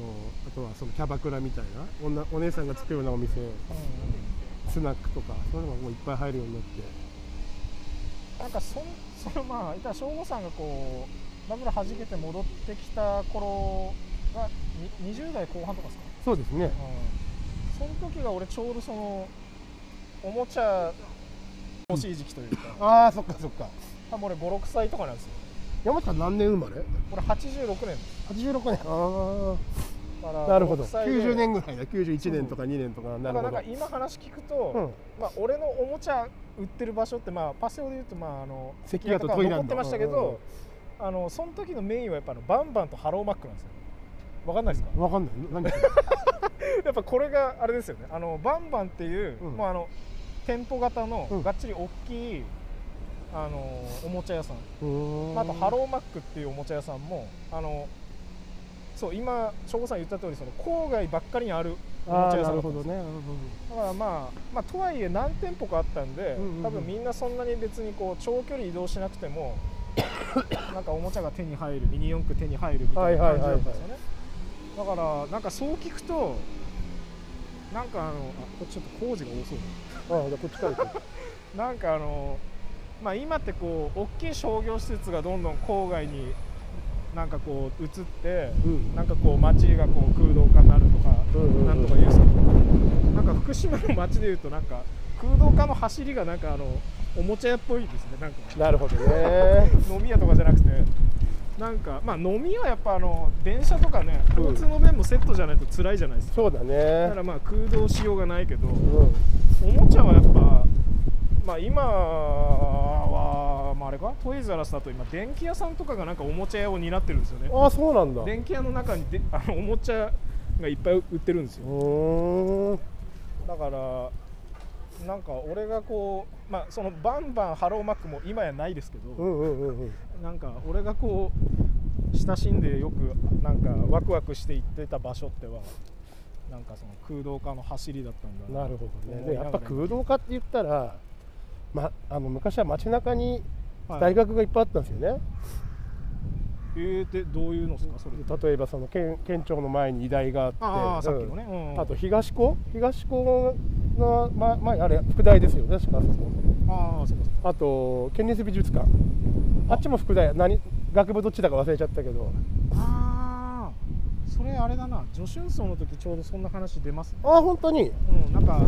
S3: あとはそのキャバクラみたいな女お姉さんが作るようなお店
S2: うん
S3: スナックとかそういうのがもういっぱい入るようになって
S2: うん、なんかそんそのまあいたら省吾さんがこうバブル弾けて戻ってきた頃がに20代後半とかですか
S3: そうですね
S2: うんその時が俺ちょうどそのおもちゃ欲しい時期という
S3: *laughs*
S2: か
S3: ああそっかそっか
S2: 多分俺56歳とかなんですよ
S3: 山下何年生まれ
S2: 俺86年です
S3: 86年ああ
S2: から
S3: なるほど
S2: 56歳で
S3: 90年ぐらいだ91年とか2年とかな
S2: だ
S3: る
S2: か
S3: ほ
S2: ら
S3: ど
S2: なんか今話聞くと、
S3: うん
S2: まあ、俺のおもちゃ売ってる場所って、まあ、パセオで言うと、まあ、あの
S3: 関谷と
S2: 関
S3: トイラ
S2: 残
S3: ンド
S2: ってましたけど、あのその時のメインはやっぱあのバンバンとハローマックなんですよわかんないですか
S3: わかんない *laughs* 何それ
S2: やっぱこれがあれですよねあのバンバンっていう、
S3: うん
S2: もうあの店舗型
S3: う
S2: の
S3: ん
S2: がっちり大きい、あのおもちゃ屋さん、
S3: うーん
S2: まあ、あとハローマックっていうおもちゃ屋さんもあのそう今省吾さん言った通りその郊外ばっかりにあるおも
S3: あ
S2: ちゃ
S3: ー
S2: 屋さ
S3: なん
S2: だ
S3: る
S2: ったん
S3: ほ
S2: です
S3: ど
S2: よ
S3: ねな
S2: だ
S3: る
S2: からまあ、まあ、とはいえ何店舗かあったんで、
S3: うんうんうん
S2: 多分みんなそんなに別にこう長距離移動しなくて
S3: *coughs*
S2: もなんかおもちゃが手に入るミニ四駆手に入るみたいな感じだったんですよね、だからなんかそう聞くとなんかあのあこっちちょっと工事が多そう
S3: ほどあーじゃあこっちから行こ
S2: だなんかあのまあ今ってこう大きい商業施設がどんどん郊外になんかこう移って、
S3: ううん
S2: なんかこう街がこう空洞化になるとか、
S3: うんうんうん
S2: なんとか言うんですけどなんか福島の街でいうとなんか空洞化の走りがなんかあのおもちゃ屋っぽいですねなんか
S3: なるほどね
S2: 飲み屋とかじゃなくてなんかまあ飲みはやっぱあの電車とかね
S3: うん
S2: 交通の便もセットじゃないと辛いじゃないですか、
S3: そうだ
S2: だか
S3: ね
S2: らまあ空洞しようがないけど
S3: うん
S2: おもちゃはやっぱまあ今は、まあ、あれかトイザらスだと今電気屋さんとかがなんかおもちゃ屋を担ってるんですよね
S3: ああそうなんだう
S2: 電気屋の中にで *laughs* あのおもちゃがいっぱい売ってるんですよ
S3: ーん
S2: だからなんか俺がこうまあそのバンバンハローマックも今やないですけ
S3: う
S2: ど、
S3: んうんうんうん
S2: なんか俺がこう親しんでよくなんかワクワクして行ってた場所ってはなんかその空洞化の走りだったんだ
S3: なるほどねでやっぱ
S2: 洞
S3: 空洞化って言ったら、ま、あの昔は街中に
S2: はい
S3: 大学がいっぱいあったんですよね、
S2: えー、ってどういうのですかそれ
S3: 例えばその県県庁の前に医大があって
S2: ああさっき
S3: う
S2: の
S3: ん
S2: ね、うん
S3: あと東高東高の、ま、前あれ副大ですよね確かあそこ
S2: ああそうかそうか
S3: あと県立美術館あっちも副大何学部どっちだか忘れちゃったけど
S2: ああそれあれだな助春層の時ちょうどそんな話出ますね
S3: ああ本当に
S2: うん、なんか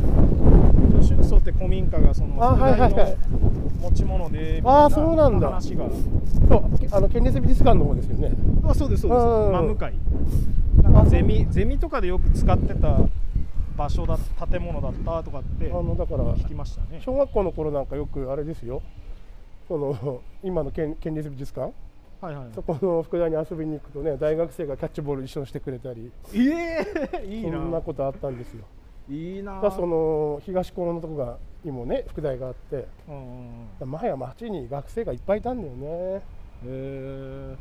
S2: 女子層って古民家がその
S3: あはいはいはい
S2: 世代の持ち物でみたい
S3: あそうなんだ
S2: 話が
S3: そうあの県立美術館の方ですよね
S2: あそうですそうです
S3: うん
S2: 真向かいなんか
S3: あそう
S2: ゼミゼミとかでよく使ってた場所だ建物だったとかって
S3: あのだから
S2: 聞きましたね
S3: 小学校の頃なんかよくあれですよその今の県県立美術館
S2: はいはい
S3: そこの副大に遊びに行くとね大学生がキャッチボール一緒にしてくれたり
S2: ええいい
S3: そんな
S2: な
S3: ことあったんですよ
S2: いいな
S3: だからその東高のとこがにもね副大があって
S2: うんうんうん
S3: 前は町に学生がいっぱいいたんだよね
S2: へえ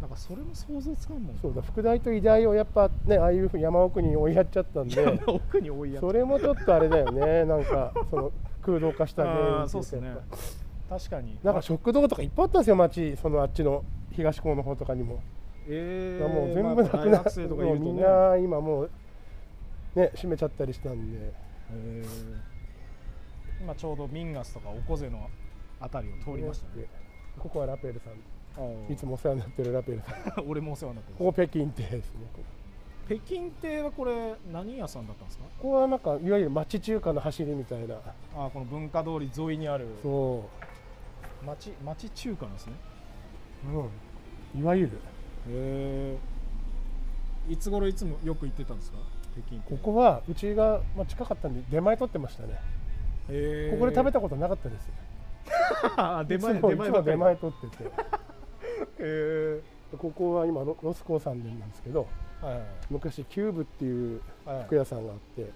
S2: なんかそれも想像つかんもん
S3: そうだ副大と医大をやっぱねああいうふうに山奥に追いやっちゃったんで
S2: 奥に *laughs* 追いやつ
S3: それもちょっとあれだよねなんかその空洞化した原因
S2: ああ
S3: って
S2: そ
S3: いうう
S2: ですね
S3: やっぱ
S2: 確かに
S3: なんか食堂とかいっぱいあったんですよ町そのあっちの東高の方とかにも、
S2: ええ
S3: もう全
S2: まあ
S3: 部なく
S2: 大
S3: なっ
S2: 学
S3: て、
S2: 生とかい
S3: もう
S2: ると
S3: みん
S2: ね
S3: な今もうね閉めちゃったりしたんで
S2: えー今ちょうどミンガスとかオコゼのあたりを通りましたね
S3: ここはラペルさん
S2: うん
S3: いつもお世話になってるラペルさん
S2: *laughs*
S3: こ
S2: 俺もお世話になってます
S3: こ北京亭ですね
S2: 北京亭はこれ何屋さんだったんですか
S3: ここはなんかいわゆる町中華の走りみたいな
S2: あこの文化通り沿いにある
S3: そ
S2: 町町中華なんですね
S3: う、うん、いわゆる
S2: へえいつ頃いつもよく行ってたんですか北京
S3: ここはうちが、まあ、近かったんで出前取ってましたね
S2: へ
S3: ここで食
S2: *laughs*
S3: べ
S2: た
S3: たことなかったです
S2: 出前
S3: いつも
S2: 出前
S3: いつ
S2: ばっか
S3: も出
S2: り
S3: 前取ってて
S2: へ
S3: ここは今ロロスコーさんでなんですけど
S2: えはいはい
S3: 昔キューブっていう
S2: はいはい
S3: 服屋さんがあって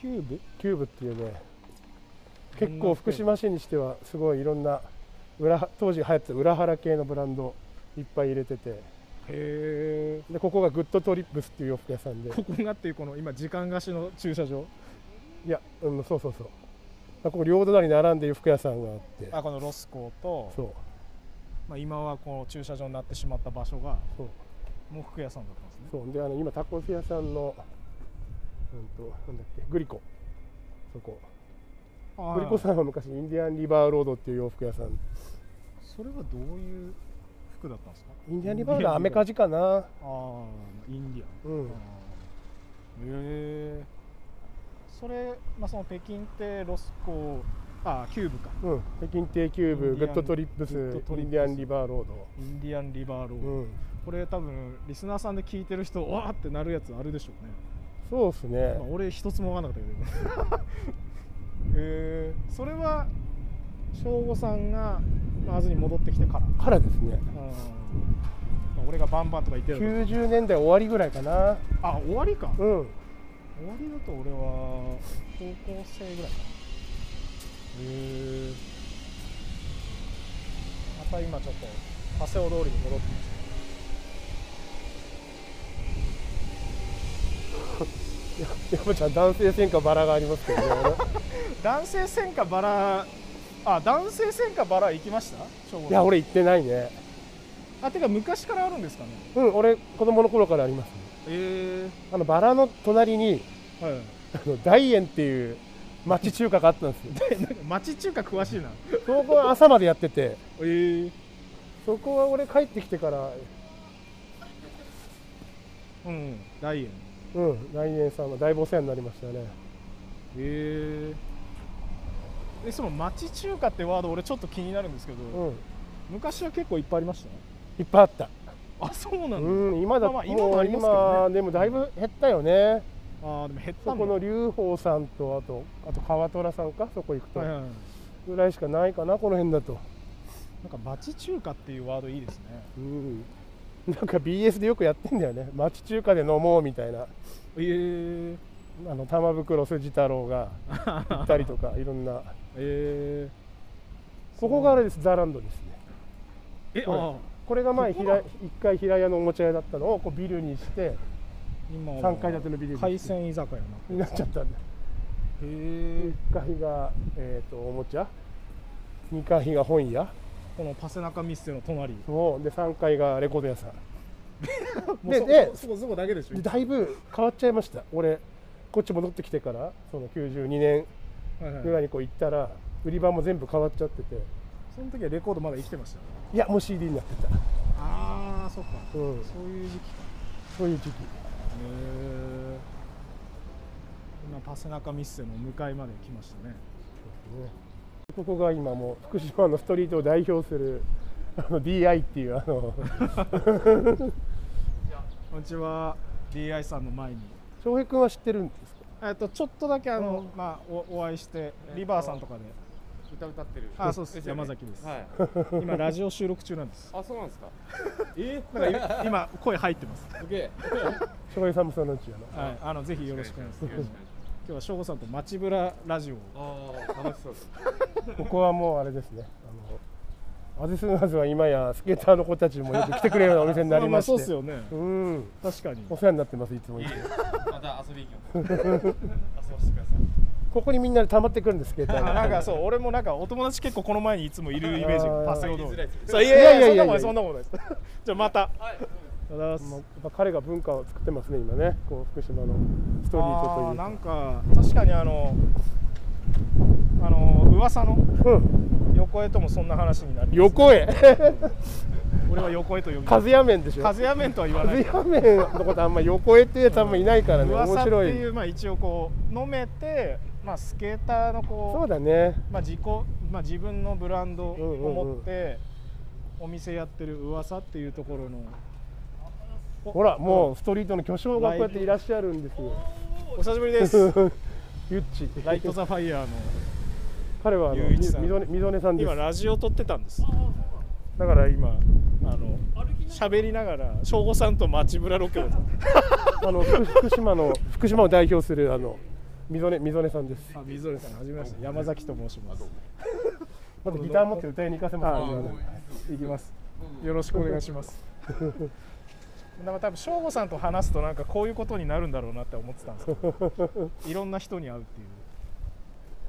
S2: キューブ
S3: キューブっていうね
S2: どんな
S3: 結構福島市にしてはすごいいろんな裏当時流行ってた裏腹系のブランドいっぱい入れてて
S2: へえ
S3: でここがグッドトリップスっていう洋服屋さんで
S2: ここがっていうこの今時間貸しの駐車場
S3: いや、うん、そうそうそうここ両隣に並んでいる服屋さんがあって
S2: あこのロスコと
S3: そう
S2: まあ、今はこう駐車場になってしまった場所が
S3: そう
S2: もう服屋さんだったんですね
S3: そうであの今タコス屋さんのうんとなんだっけグリコそこ
S2: あ
S3: グリコさんは昔インディアンリバーロードっていう洋服屋さん
S2: それはどういう服だったんですか
S3: インディアンリバーロードはアメカジかな
S2: ああインディアン
S3: うん
S2: あーへえそれ、まあ、その北京ってロスコあーキューブか
S3: うん北京亭キュー
S2: イ
S3: ブ
S2: ンデ
S3: グ
S2: ィア
S3: ッ
S2: ン
S3: ドトリップスイ
S2: グッドトリップス
S3: ンディアンリバーロ
S2: イ
S3: ー
S2: ンディアンリバーロー
S3: ド
S2: ド、
S3: うん
S2: これ多分リスナーさんで聞いてる人わーってなるやつあるでしょうね、
S3: そうですね
S2: まあ、俺一つも分かんなかったけど *laughs* へえそれは省吾さんがまあ安住に戻ってきてから
S3: からですね
S2: うんまあ、俺がバンバンとか言ってるの
S3: 90年代終わりぐらいかな
S2: あ終わりか終わ
S3: うん
S2: りだと俺は高校生ぐらいかなへえまた今ちょっと長谷尾通りに戻ってきました
S3: や山ちゃん男性専科バラがありますけ
S2: *laughs*
S3: どね
S2: 男性専科バラあ男性専科バラ行きました小学校
S3: いや俺行ってないね
S2: あてか昔からあるんですかね
S3: うん俺子供の頃からありますね
S2: え
S3: あのバラの隣に
S2: えはい *laughs*
S3: あの大円っていう町中華があったんですよ
S2: *laughs* えなんか町中華詳しいな
S3: そこは朝までやってて
S2: ええ
S3: そこは俺帰ってきてから
S2: うん大円
S3: うん大円さんはだいぶお世話になりましたね
S2: へえでその町中華ってワード俺ちょっと気になるんですけど、
S3: うん
S2: 昔は結構いっぱいありまし
S3: いっぱいあった
S2: たあそうなんだ、
S3: うん今だ
S2: まあまあ
S3: と
S2: 今もありますけど
S3: 今でもだいぶ減ったよね
S2: あーでも減った
S3: そ
S2: んだ
S3: この龍宝さんとあとあと川虎さんかそこ行くと
S2: はいはいはい
S3: ぐらいしかないかなこの辺だと
S2: なんか町中華っていうワードいいですね
S3: うんなんか BS でよくやってんだよね町中華で飲もうみたいな
S2: え
S3: あの玉袋筋太郎が行ったり
S2: *laughs*
S3: とかいろんな
S2: ええ
S3: ここがあれですザランドですね
S2: え
S3: これ
S2: あ
S3: これが前
S2: こ
S3: ひ
S2: こが
S3: ら一回平屋のおもちゃ屋だったのをこうビルにして
S2: 今は
S3: 三階建てのビルです
S2: 海鮮居酒屋になって
S3: になっちゃったんで
S2: へえ
S3: 1階が、えー、とおもちゃ2階が本屋
S2: このパセナカミッセの隣
S3: そうで3階がレコード屋さん
S2: *laughs* もうそ
S3: で
S2: そそこそこだけでしょ
S3: でだいぶ変わっちゃいました俺こっち戻ってきてからその92年
S2: はいはい
S3: ぐらいにこう行ったら売り場も全部変わっちゃってて
S2: その時はレコードまだ生きてました
S3: いやもう CD になってた、
S2: ああそっか、
S3: う
S2: そ
S3: ん、
S2: ういう時期か
S3: そういう時期
S2: へえ今パセナカミッセの向かいまで来ましたね
S3: ここが今もう福島のストリートを代表する *laughs* あの DI っていうあの
S2: こんにちは DI さんの前に
S3: 翔平君は知ってるんですか
S2: えっとちょっとだけあの、
S4: う
S2: まあおお会いしてリバーさんとかで、
S4: 歌歌ってる
S2: あそうです
S4: よね
S2: 山崎です
S4: はい
S2: 今ラジオ収録中なんです
S4: あそうなんですか
S2: え *laughs* なんかい今声入ってます
S4: すげえ
S3: 翔平さんもそのうちや
S2: *laughs*
S3: な
S2: はいあのぜひよろしくお願いします
S4: よろしくお願いし
S2: 今日は省吾さんと街ぶらラジオを
S4: ますああ楽しそうです
S3: ここはもうあれですねあのアジスナーズは今やスケーターの子たちもよく来てくれるようなお店になり
S2: *laughs* ま
S3: ま
S2: あ
S3: して
S2: そうですよね
S3: うん
S2: 確かに
S3: お世話になってますいつもいつも
S4: また遊び行 *laughs* きます遊ばせてくださ
S3: ここにみんなで溜まってくるんですスケーター
S2: *laughs* あ
S3: が
S2: なんかそう俺もなんかお友達結構この前にいつもいるイメージ
S3: あー
S2: パセ
S4: い
S2: オ
S4: 入り
S2: 通
S4: づらい
S2: り
S4: です
S2: そうい
S3: いや
S2: や
S3: い
S2: い
S3: や
S2: や
S3: い
S2: い
S3: や
S2: や
S3: いや
S2: そんなことないです *laughs* じゃあまた
S4: はいどうも
S2: ありがとうございま
S3: もうや
S2: す。
S3: っぱ彼が文化を作ってますね今ねこう福島のストリー
S2: あ
S3: ト
S2: ー
S3: と
S2: なんか確かにあのあの噂の
S3: いううん
S2: 横江ともそんな話になります
S3: 横へ *laughs*
S2: 俺は横へと呼び
S3: カズヤ麺でしょ
S2: 風や麺とは言わ
S3: カ
S2: な
S3: ズ
S2: い
S3: ヤ麺のことあんま横へってやつあんまいないからね面
S2: 噂って
S3: 白
S2: い
S3: いう
S2: まあ一応こう飲めてまあスケーターのこう
S3: そうだね
S2: まあ、自己、まあ、自分のブランドを持ってお店やってる噂っていうところのお
S3: ほらもうストリートの巨匠がこうやっていらっしゃるんですよ
S2: お久しぶりです
S3: *laughs* ゆっち
S2: *laughs* ライト・ザ・ファイヤーの
S3: 彼はあの
S2: ゆう
S3: み
S2: いちさん
S3: みどねみどねさんです
S2: 今ラジオ撮ってたんですだから今あの喋りながら省吾さんと街ブラロケを
S3: あの福 *laughs* 福島の福島を代表するあのみぞねみぞねさんです。
S2: あ水鳥さんはじめまして山崎と申します
S3: まずギター持って歌いに行かせますからね。
S2: いきますよろしくお願いしますなんか多分省吾さんと話すとなんかこういうことになるんだろうなって思ってたんですけど *laughs* いろんな人に会うっ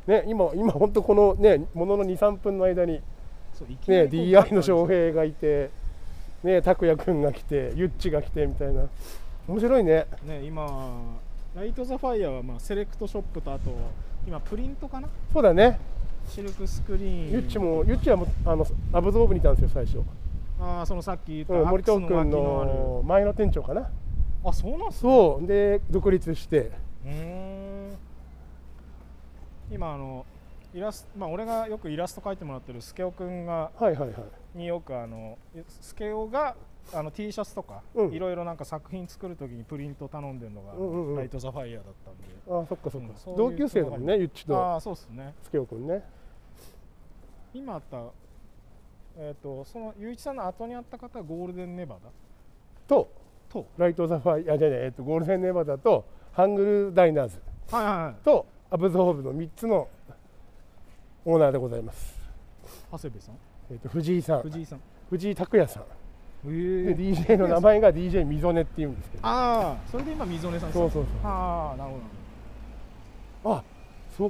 S2: ていう
S3: ね今今本当このねものの2、3分の間に
S2: そういきな
S3: ね
S2: りこう
S3: DI の翔平がいてね拓也くんが来てゆっちが来てみたいな面白いね。
S2: ね今ライト・ザ・ファイヤーはまあセレクトショップとあと今プリントかな
S3: そうだね。
S2: シルクスクリーン
S3: ゆっちもゆっちはもうあのアブゾーブにいたんですよ最初。
S2: ああそのさっき言った
S3: うん、森藤
S2: アックス
S3: 君
S2: の
S3: の前の店長かな。
S2: 脇のあるあそうなんす
S3: そうで独立して。
S2: うーん今あのイラスまあ俺がよくイラスト描いてもらってるスケオくんが
S3: はいはいはい。
S2: によくあのスケオがあの T シャツとか
S3: うん
S2: いろいろなんか作品作るときにプリント頼んでるのが
S3: うんうんうん
S2: ライト・ザ・ファイヤーだったんで、
S3: あそっかそっか
S2: うん。そういう
S3: 同級生だもんねゆっち
S2: あ
S3: と
S2: あそうっすね
S3: つけおくんね。
S2: 今あったえっ、とそのゆういちさんの後にあった方はゴールデンネバーだ
S3: と
S2: と
S3: ライト・ザ・ファイアじゃない、えっと、ゴールデン・ネバダとハングル・ダイナーズ
S2: はいはいはい
S3: とアブズ・ホーブの3つのオーナーでございます、
S2: 長谷部さん
S3: えっと、藤井さん
S2: 藤井さんへ
S3: 藤井拓也さん、
S2: え
S3: で DJ の名前が DJ みぞねっていうんですけど
S2: ああそれで今溝根さん
S3: そうそう
S2: うああなるほど
S3: そうあ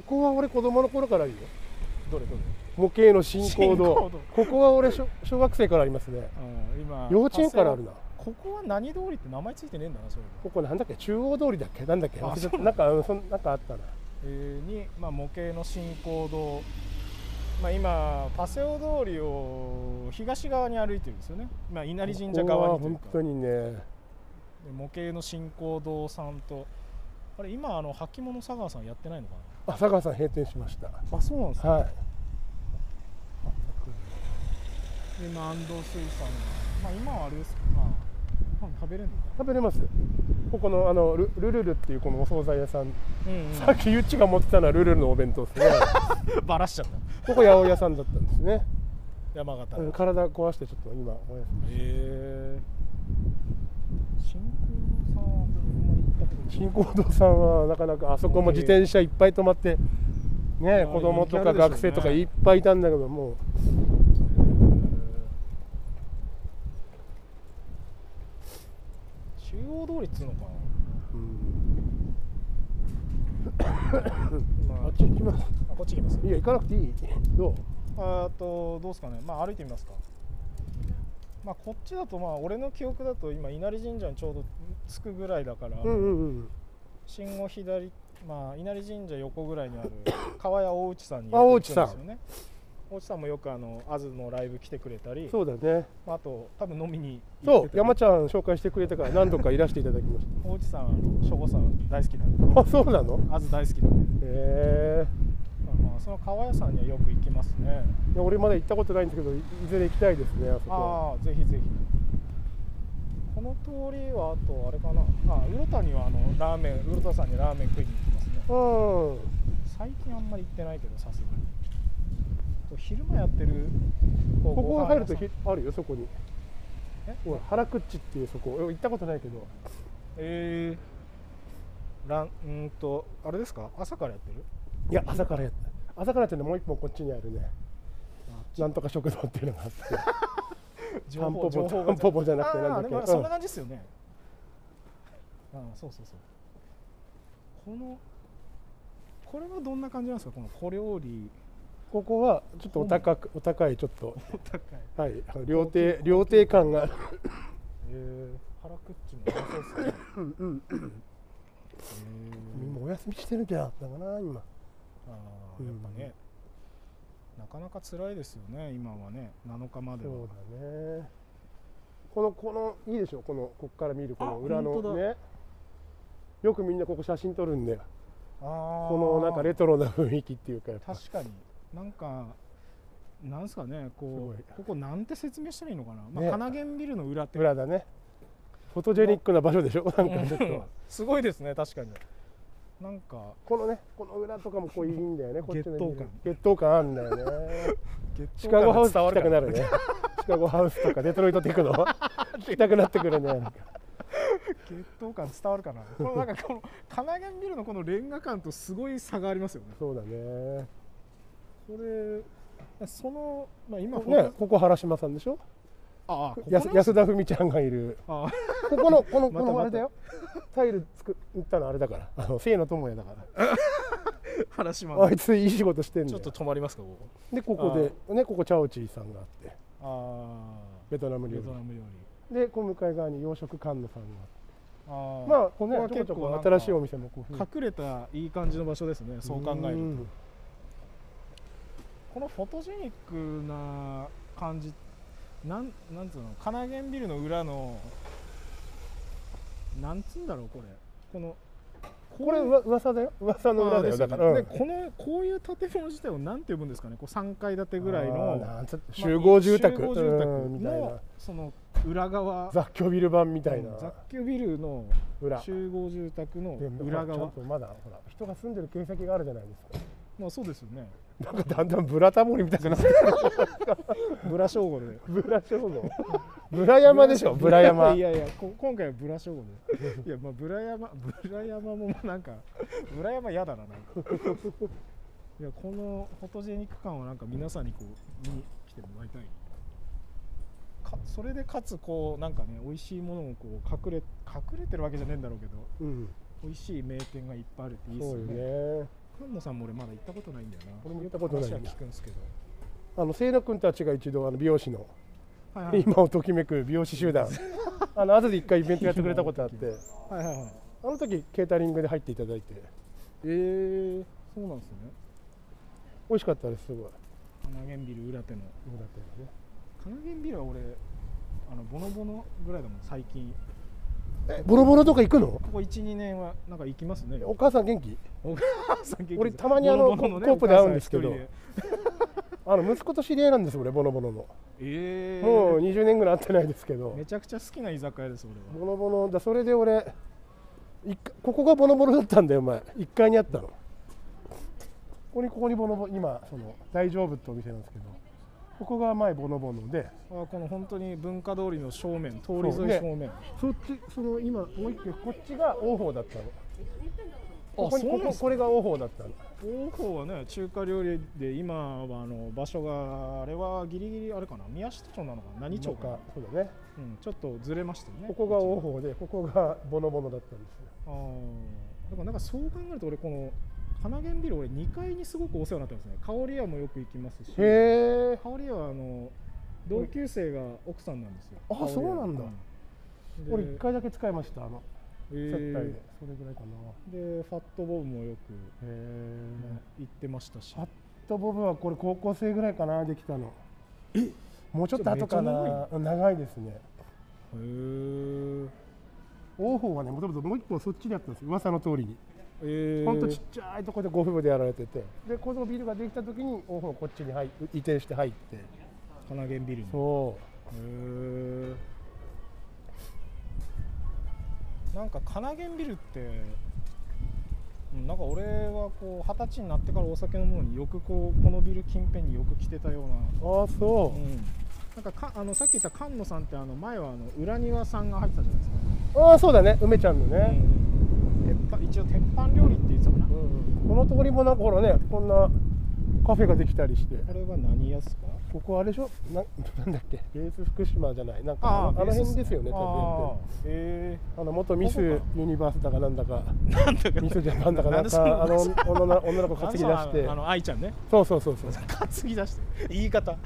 S3: そこは俺子供の頃からいいよ
S2: どれどれ
S3: 模型の新行
S2: 新
S3: 動
S2: 講堂
S3: ここは俺小小学生からありますね
S2: うん今
S3: 幼稚園からあるな
S2: ここは何通りって名前ついてねえんだなそれ
S3: ここなんだっけ中央通りだっけなんだっけ
S2: あ
S3: 忘れちゃ
S2: そ
S3: った
S2: う
S3: なんかうんそんなんかあったな
S2: えーに、まあ、模型の進行堂、まあ、今パセオ通りを東側に歩いてるんですよね、まあ、稲荷神社側にという
S3: ここ
S2: か
S3: は本当にね
S2: で模型の進行堂さんとあれ今あの履物佐川さんやってないのか
S3: 朝川さん閉店しました
S2: なあそうなんで
S3: はい
S2: 今安藤水産まあ今はあれですかまあ食べれるのか
S3: 食べれますここのあのルルルルっていうこのお惣菜屋さん、
S2: な、
S3: さっきゆっちが持ってたのはルルルのお弁当 *laughs* ですね
S2: バラしちゃった
S3: ここ八百屋さんだったんですね
S2: 山形
S3: う
S2: の
S3: ん
S2: へ
S3: 体壊してちょっと今おや
S2: え進行堂さんはあんまり行ったことない
S3: す新行堂さんはなかなかあそこも自転車いっぱい止まってね
S2: あ
S3: 子供と
S2: 人
S3: か
S2: 気ある
S3: 学
S2: でしょうね
S3: 生とかいっぱいいたんだけどもう
S2: 中央通りっつうのか
S3: うん
S2: な、
S3: あ
S2: ま
S3: っち行きます
S2: あ、あこっち行きます
S3: いや行かなくていいどう
S2: あとどうですかねまあ歩いてみますかまあこっちだとまあ俺の記憶だと今稲荷神社にちょうど着くぐらいだから、
S3: うんうんうん
S2: 信号左まあ稲荷神社横ぐらい
S3: *coughs*
S2: にある川屋大内さんに
S3: あ
S2: よく行くです
S3: 大内さん
S2: よね大内さんもよくあのアズのライブ来てくれたり
S3: そうだね
S2: まあ、あと多分飲みに行っ
S3: そ
S2: て
S3: う
S2: たり
S3: 山ちゃん紹介してくれたから何度かいらしていただきまし
S2: 大内さんはあの省吾さん大好きなんで
S3: たあそうなの
S2: アズ大好きなんで
S3: へえ
S2: まあまあその川屋さんにはよく行きますね
S3: いや俺まだ行ったことないんですけどいいずれ行きたいですねあそこは
S2: ああぜひぜひこの通りはあとあれかなあウロタにはあのラーメンウロタさんにラーメン食いに行きますね
S3: うん
S2: 最近あんまり行ってないけどさすがにと昼間やってる
S3: ここが入ると
S2: ひ
S3: ひあるよそこに
S2: え
S3: ほら原口っていうそこえ行ったことないけど
S2: えー、ランうーんとあれですか朝からやってる
S3: いや朝からやった朝からっていうのはもう一本こっちにあるねなんとか食堂っていうのがあって
S2: *laughs* 情
S3: タンポ
S2: 報
S3: ポ
S2: 情報
S3: タンポポじゃなくて
S2: あー
S3: なんだっけ
S2: でも
S3: うん
S2: そんな感じですよね、ああそうそうそうこのこれはどんな感じなんですかこの小料理
S3: ここはちょっとお高くお高いちょっと
S2: *laughs* お高い
S3: はいあの料亭料亭感が
S2: えー、腹くっちも良さそうですね
S3: みんなお休みしてるんじゃなかったかな今
S2: あーやっぱね、なかなか辛いですよね今はね7日まで
S3: そ
S2: は
S3: うだねこのこのいいでしょこのこっから見るこの裏
S2: あ
S3: の
S2: 本当だ
S3: ねよくみんなここ写真撮るんで
S2: こ
S3: このなんかレトロな雰囲気っていうかやっぱ
S2: 確かになんかなんですかねこ
S3: す
S2: うここなんて説明したらいいのかな、まあ
S3: ね
S2: 金源ビルの裏って
S3: 裏だねフォトジェニックな場所でしょなんかちょっと
S2: すごいですね確かになんか
S3: このねこの裏とかもこういいん
S2: *laughs*
S3: だよねこっちの
S2: 月頭感
S3: 月頭感あるんだよ
S2: *laughs*
S3: ねシ
S2: シ
S3: カゴハウス行きたくなるねシカゴハウスとかデトロイトって行
S2: *laughs*
S3: くの行きたくなってくるね
S2: 血統感伝わるかなこのなんかこの金源ビルのこのレンガ感とすごい差がありますよね
S3: そうだね
S2: これその、まあ、今フォト
S3: ねここ原島さんでしょ
S2: ああここ
S3: や
S2: ね
S3: す安田文ちゃんがいる
S2: あ *laughs* あ
S3: ここのこのこ
S2: またま
S3: の
S2: た
S3: あれだよタイル作ったのあれだからあの清野智也だから
S2: 原島
S3: あいついい仕事してん
S2: ちょ
S3: の
S2: っと止まりますかここ
S3: でここでねここチャオチーさんがあって
S2: あ
S3: ベトナム
S2: あ
S3: 料
S2: ベ
S3: 理
S2: トナム料理
S3: でこう向かい側に洋食館のさんがあって
S2: ああ
S3: まあ
S2: こ
S3: こ
S2: こ
S3: ね
S2: は
S3: ちょ
S2: 結
S3: こちょ
S2: 構な
S3: こ
S2: んか
S3: 新しいお店もこう増えて
S2: 隠れたいい感じの場所ですねそう考えると
S3: ん
S2: このフォトジェニックな感じなんなんつうの金源ビルの裏のなんつうんだろうこれこの
S3: これうわ噂だよ噂の
S2: あ
S3: 裏
S2: ー
S3: だ
S2: で
S3: よ
S2: すよ
S3: だ
S2: ね
S3: から
S2: でこのこういう建物自体をなんて呼ぶんですかねこう3階建てぐらい
S3: あー
S2: の、まあ
S3: なんつって集合住宅
S2: 集合住
S3: う
S2: 宅
S3: んみたい
S2: の
S3: な
S2: その裏側
S3: 雑居ビル版みたいな
S2: うん雑居ビルの
S3: 裏
S2: 集合住宅の
S3: でも
S2: 裏
S3: ちゃん
S2: 側
S3: とまだほら人が住んでる形跡があるじゃないですか
S2: まあそうですよね
S3: なんかだんだんブラタモリみたくなって
S2: ブラ正吾で
S3: ブラ正吾ブラ山でしょブラ山
S2: いやいやこ今回はブラ正
S3: *laughs*
S2: 吾でいやまあブラ山ブラ山もなんかブラ山嫌だななんかいやこのフォトジェニック感をなんか皆さんにこう見に来てもらいたいかそれでかつこうなんかね美味しいものもこう隠れ隠れてるわけじゃねえんだろうけど
S3: うん
S2: 美味しい名店がいっぱいあるっていいです
S3: そ
S2: よ
S3: うよ
S2: ね
S3: ね
S2: 菅野さんも俺まだ行ったことないんだよな
S3: 俺も行ったことない
S2: 話は聞くんですけど
S3: あの清野君たちが一度あの美容師の
S2: はいはい
S3: 今をときめく美容
S2: *laughs*
S3: 師集団あの後で一回イベントやってくれたことあって
S2: はいはいはい
S3: あの時ケータリングで入っていただいて
S2: えー、そうなんですね
S3: 美味しかったですすごい
S2: 花源ビル裏手の
S3: そうだったよね
S2: カナデンビルは俺あのボノボノぐらいだもん最近
S3: えボロボロとか行くの
S2: ここ12年はなんか行きますね
S3: お母さん元気
S2: お *laughs* 母さん結構
S3: 俺たまにあの
S2: ボノボノね
S3: ココープで会うんですけど
S2: お母さん一人
S3: あの息子と知り合いなんです俺ボノボノの、
S2: ええ
S3: もう20年ぐらい会ってないですけど
S2: めちゃくちゃ好きな居酒屋です俺は
S3: ボノボノだそれで俺一回ここがボノボノだったんだよお前1階にあったのここにここにボノボノ今その大丈夫ってお店なんですけどここが前ボノボノで
S2: あこの本当に文化通りの正面通り沿い
S3: そうね
S2: 正面、
S3: そっちその今もう一軒こっちが王鵬だったのこ
S2: あ
S3: こに
S2: そうな
S3: こ
S2: んで
S3: こ
S2: すか
S3: これが王鵬だったの
S2: 王鵬はね中華料理で今はあの場所があれはギリギリあれかな宮下町なのかな何町かな
S3: そうだね
S2: うん、ちょっとずれましたよね
S3: ここが王鵬でここがボノボノだったんですよ
S2: ああだからなんかそう考えると俺この花源ビル俺2階にすごくお世話になってますね香り屋もよく行きますし香
S3: へえ
S2: り屋はあの同級生が奥さんなんですよ
S3: あそうなんだ
S2: うんで
S3: 俺1回だけ使いましたあの
S2: え
S3: 接
S2: ー
S3: 待でそれぐらいかな
S2: でファットボブもよく
S3: へえ
S2: 行ってましたし
S3: ファットボブはこれ高校生ぐらいかなできたのえもうちょっと後か
S2: じゃあめっちゃ
S3: な長いですね
S2: へー
S3: 王鵬はねもともともう一個そっちでやったんですよ噂の通りに
S2: えー
S3: ほんとちっちゃいとこでご夫婦でやられててでこのビルができた時に王鵬こっちに入っ移転して入って
S2: 花源ビルにへ
S3: そ
S2: ーなんか金源ビルってうんなんか俺はこう二十歳になってからお酒飲むのによくこうこのビル近辺によく来てたような
S3: うああそうう、
S2: ん、なんかかあのさっき言った菅野さんってあの前はあの裏庭さんが入ってたじゃないですか、
S3: ああそうだね梅ちゃんのね、
S2: 鉄板一応鉄板料理って言ってたかな、
S3: うんこの通りもなんかほらねこんなカフェができたりして
S2: これは何屋っすか
S3: ここあれでしょななんだっけベース福島じゃないなんか
S2: あ
S3: あ
S2: ー
S3: のあ
S2: ベ
S3: の
S2: ース
S3: 辺ですよね
S2: あ
S3: 多
S2: あえ
S3: 分あの元ミス
S2: ここ
S3: ユ
S2: か
S3: ニバースだか *laughs* なんだか
S2: えなん *laughs* だか
S3: ミスじゃなんだかなん
S2: なん
S3: かあ
S2: で
S3: の
S2: そんな
S3: 女の女の子担ぎ出
S2: なんでそ
S3: し
S2: ん
S3: て
S2: なあの愛ちゃんね
S3: そうそうそうそう
S2: 担ぎ出して *laughs* 言い方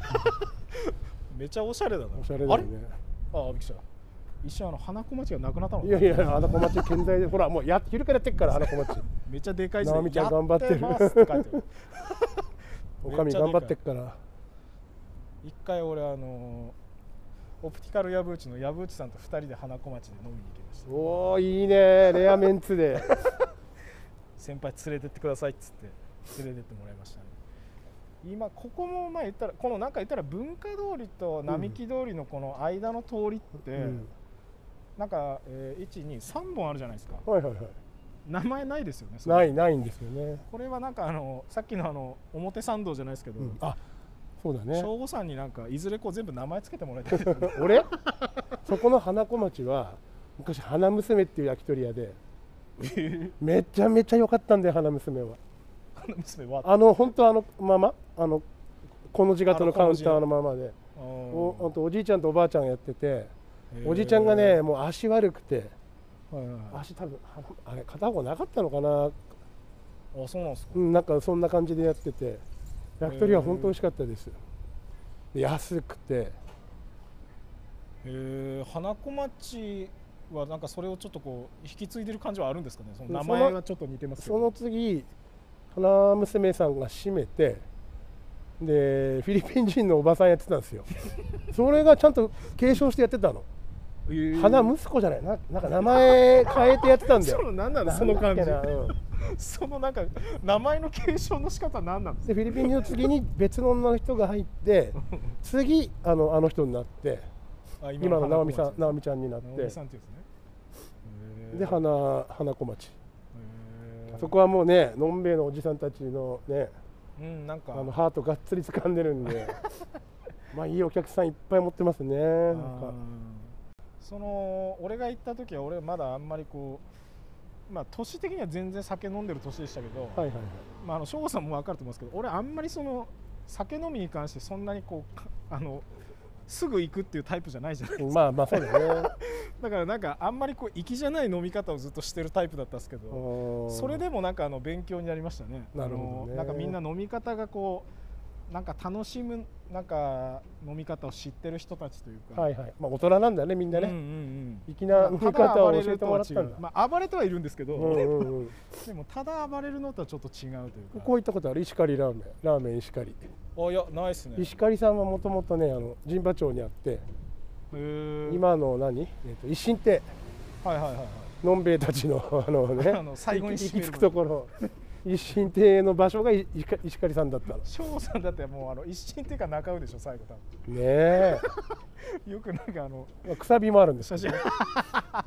S2: めちゃおしゃれだな
S3: おしゃれだよね
S2: あれあびっくりした一瞬あの花小町がなくなったの
S3: いやいや花子町健在でほらもうや昼からやってっから花子町
S2: めっちゃでかい字で
S3: 直美ちゃん
S2: や
S3: 頑張ってる
S2: ますて書いてある
S3: おかみ頑張ってっから
S2: 一回俺あのオプティカル藪内の藪内さんと2人で花小町で飲みに行きました
S3: おおいいねレアメン
S2: *laughs*
S3: ツで
S2: 先輩連れてってくださいっつって連れてってもらいましたね今ここもまあ言ったらこのなんか言ったら文化通りと並木通りのこの間の通りって、
S3: うん
S2: なんか、えー、123本あるじゃないですか
S3: はいはいはい
S2: 名前ないですよねそれ
S3: ないないんですよね、
S2: これはなんかあのさっきのあの表参道じゃないですけど、
S3: うん、あそうだね
S2: 省吾さんになんかいずれこう全部名前つけてもらい
S3: *laughs*
S2: たいですね
S3: 俺そこの花小町は昔花娘っていう焼き鳥
S2: *laughs*
S3: 屋でめちゃめちゃ良かったんだよ花娘は
S2: あの娘は
S3: あの本当あのままあのこの字型のカウンターのままでお
S2: お
S3: ほんとおじいちゃんとおばあちゃんがやってておじいちゃんがね、もう足悪くて
S2: はいはいはい
S3: 足多分あれ片方なかったのかな
S2: あそうなんですか
S3: うんなんかそんな感じでやってて焼き鳥は本当美味しかったですで安くて
S2: へえ花小町はなんかそれをちょっとこう引き継いでる感じはあるんですかねその名
S3: その
S2: 前はちょっと似てますけ
S3: そ
S2: ど
S3: の次花娘さんが閉めてでフィリピン人のおばさんやってたんですよそれがちゃんと継承してやってたの花息子じゃないななんか名前変えてやってたん
S2: *laughs*
S3: だ
S2: その
S3: よ
S2: 何なのその
S3: なん
S2: 感
S3: だ
S2: じ
S3: っけなうん
S2: そのなんか名前の継承の仕方は何なんですか
S3: でフィリピン人の次に別の女の人が入って次あのあの人になって
S2: あ
S3: 今の直美さん
S2: 直
S3: 直美ちゃんになっ
S2: 美
S3: て
S2: さんっていうんですね
S3: で花花小町
S2: へー
S3: そこはもうねのんべえのおじさんたちのね
S2: うんなんか
S3: あのハートがっつり掴んでる
S2: *laughs*
S3: んでまあいいお客さんいっぱい持ってますねな
S2: あ
S3: ん
S2: ー
S3: か
S2: その俺が行った時は俺はまだあんまりこうまあ年的には全然酒飲んでる年でしたけど、
S3: はいはいはい
S2: まあ、あの省吾さんも分かると思うんですけど俺あんまりその酒飲みに関してそんなにこうかあのすぐ行くっていうタイプじゃないじゃない
S3: まあまあそうだよね
S2: *laughs* だからなんかあんまりこう粋じゃない飲み方をずっとしてるタイプだったんですけど *laughs* それでもなんかあの勉強になりましたね
S3: なる
S2: あ
S3: ほどね
S2: のなんかみんな飲み方がこうなんか楽しむなんか飲み方を知ってる人たちというか
S3: はいはいまあ大人なんだねみんな
S2: うんう
S3: ね
S2: んうん
S3: 粋な見方
S2: た
S3: を
S2: だ
S3: 教えてもらったんだ
S2: とは違うまあ、暴れてはいるんですけど、
S3: うんうんうん
S2: でもただ暴れるのとはちょっと違うというか
S3: ここ行ったことある石狩ラーメンラーメン石狩
S2: あいやないですね
S3: 石狩さんはもともとねあの神保町にあって
S2: へー
S3: 今の何、えっと一心亭
S2: はいはいはいはい
S3: のんべえたちの *laughs* あのね
S2: *laughs* あの最後に
S3: 行
S2: 締
S3: き
S2: める
S3: 着くところ一心亭の場所がい石狩石狩さんだったのね
S2: 翔さんだってもうあの一心っていうか中尾でしょ最後多
S3: え
S2: 分 *laughs* よくなんかあの
S3: まあくさびもあるんです
S2: 写
S3: よ
S2: 真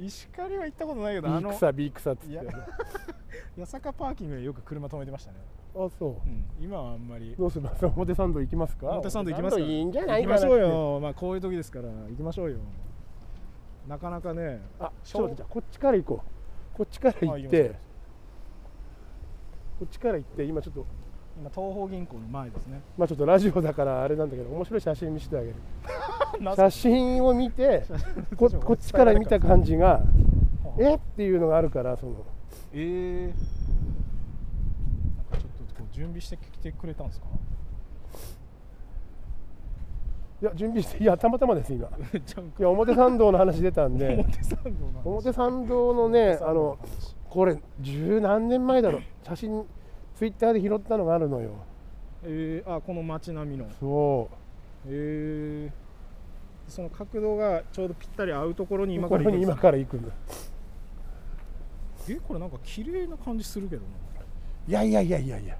S2: 石狩は行ったことないけどあ
S3: B
S2: の
S3: 草 B 草っつっ
S2: い
S3: て
S2: や八坂パーキングでよく車止めてましたね、
S3: あそう
S2: うん、今はあんまり
S3: どうする表参道行きますか
S2: 表参道行きますか
S3: 表参道いいんじゃないかな
S2: 行きましょうよまあこういう時ですから行きましょうよなかなかね
S3: あちょっとじゃあこっちから行こうこっちから
S2: あ
S3: 行
S2: 行
S3: っ
S2: きましょ
S3: て
S2: う
S3: こっちから行って今ちょっと
S2: 今東方銀行の前ですね
S3: まあちょっとラジオだからあれなんだけど面白い写真見せてあげる
S2: な
S3: 写真を見てこ
S2: 写真
S3: こっちから見た感じが
S2: はあ
S3: えっていうのがあるからその
S2: えー、なんかちょっとこう準備してきてくれたんです
S3: *laughs*
S2: か
S3: いや準備していやたまたまです今い
S2: めっちゃうんか
S3: や表参道の話出た
S2: *laughs*
S3: んで
S2: 表参道の話
S3: 表参道のねあのこれ十何年前だろ写真ツイッターで拾ったのがあるのよ
S2: えー、あこの街並みの
S3: そ
S2: えー、その角度がちょうどぴったり合うところに
S3: う
S2: 今
S3: こ
S2: から
S3: こ
S2: 行くん
S3: に
S2: です
S3: 今
S2: ね
S3: から行くんだ
S2: えこれなんか綺麗な感じするけどない
S3: やいやいやいやいや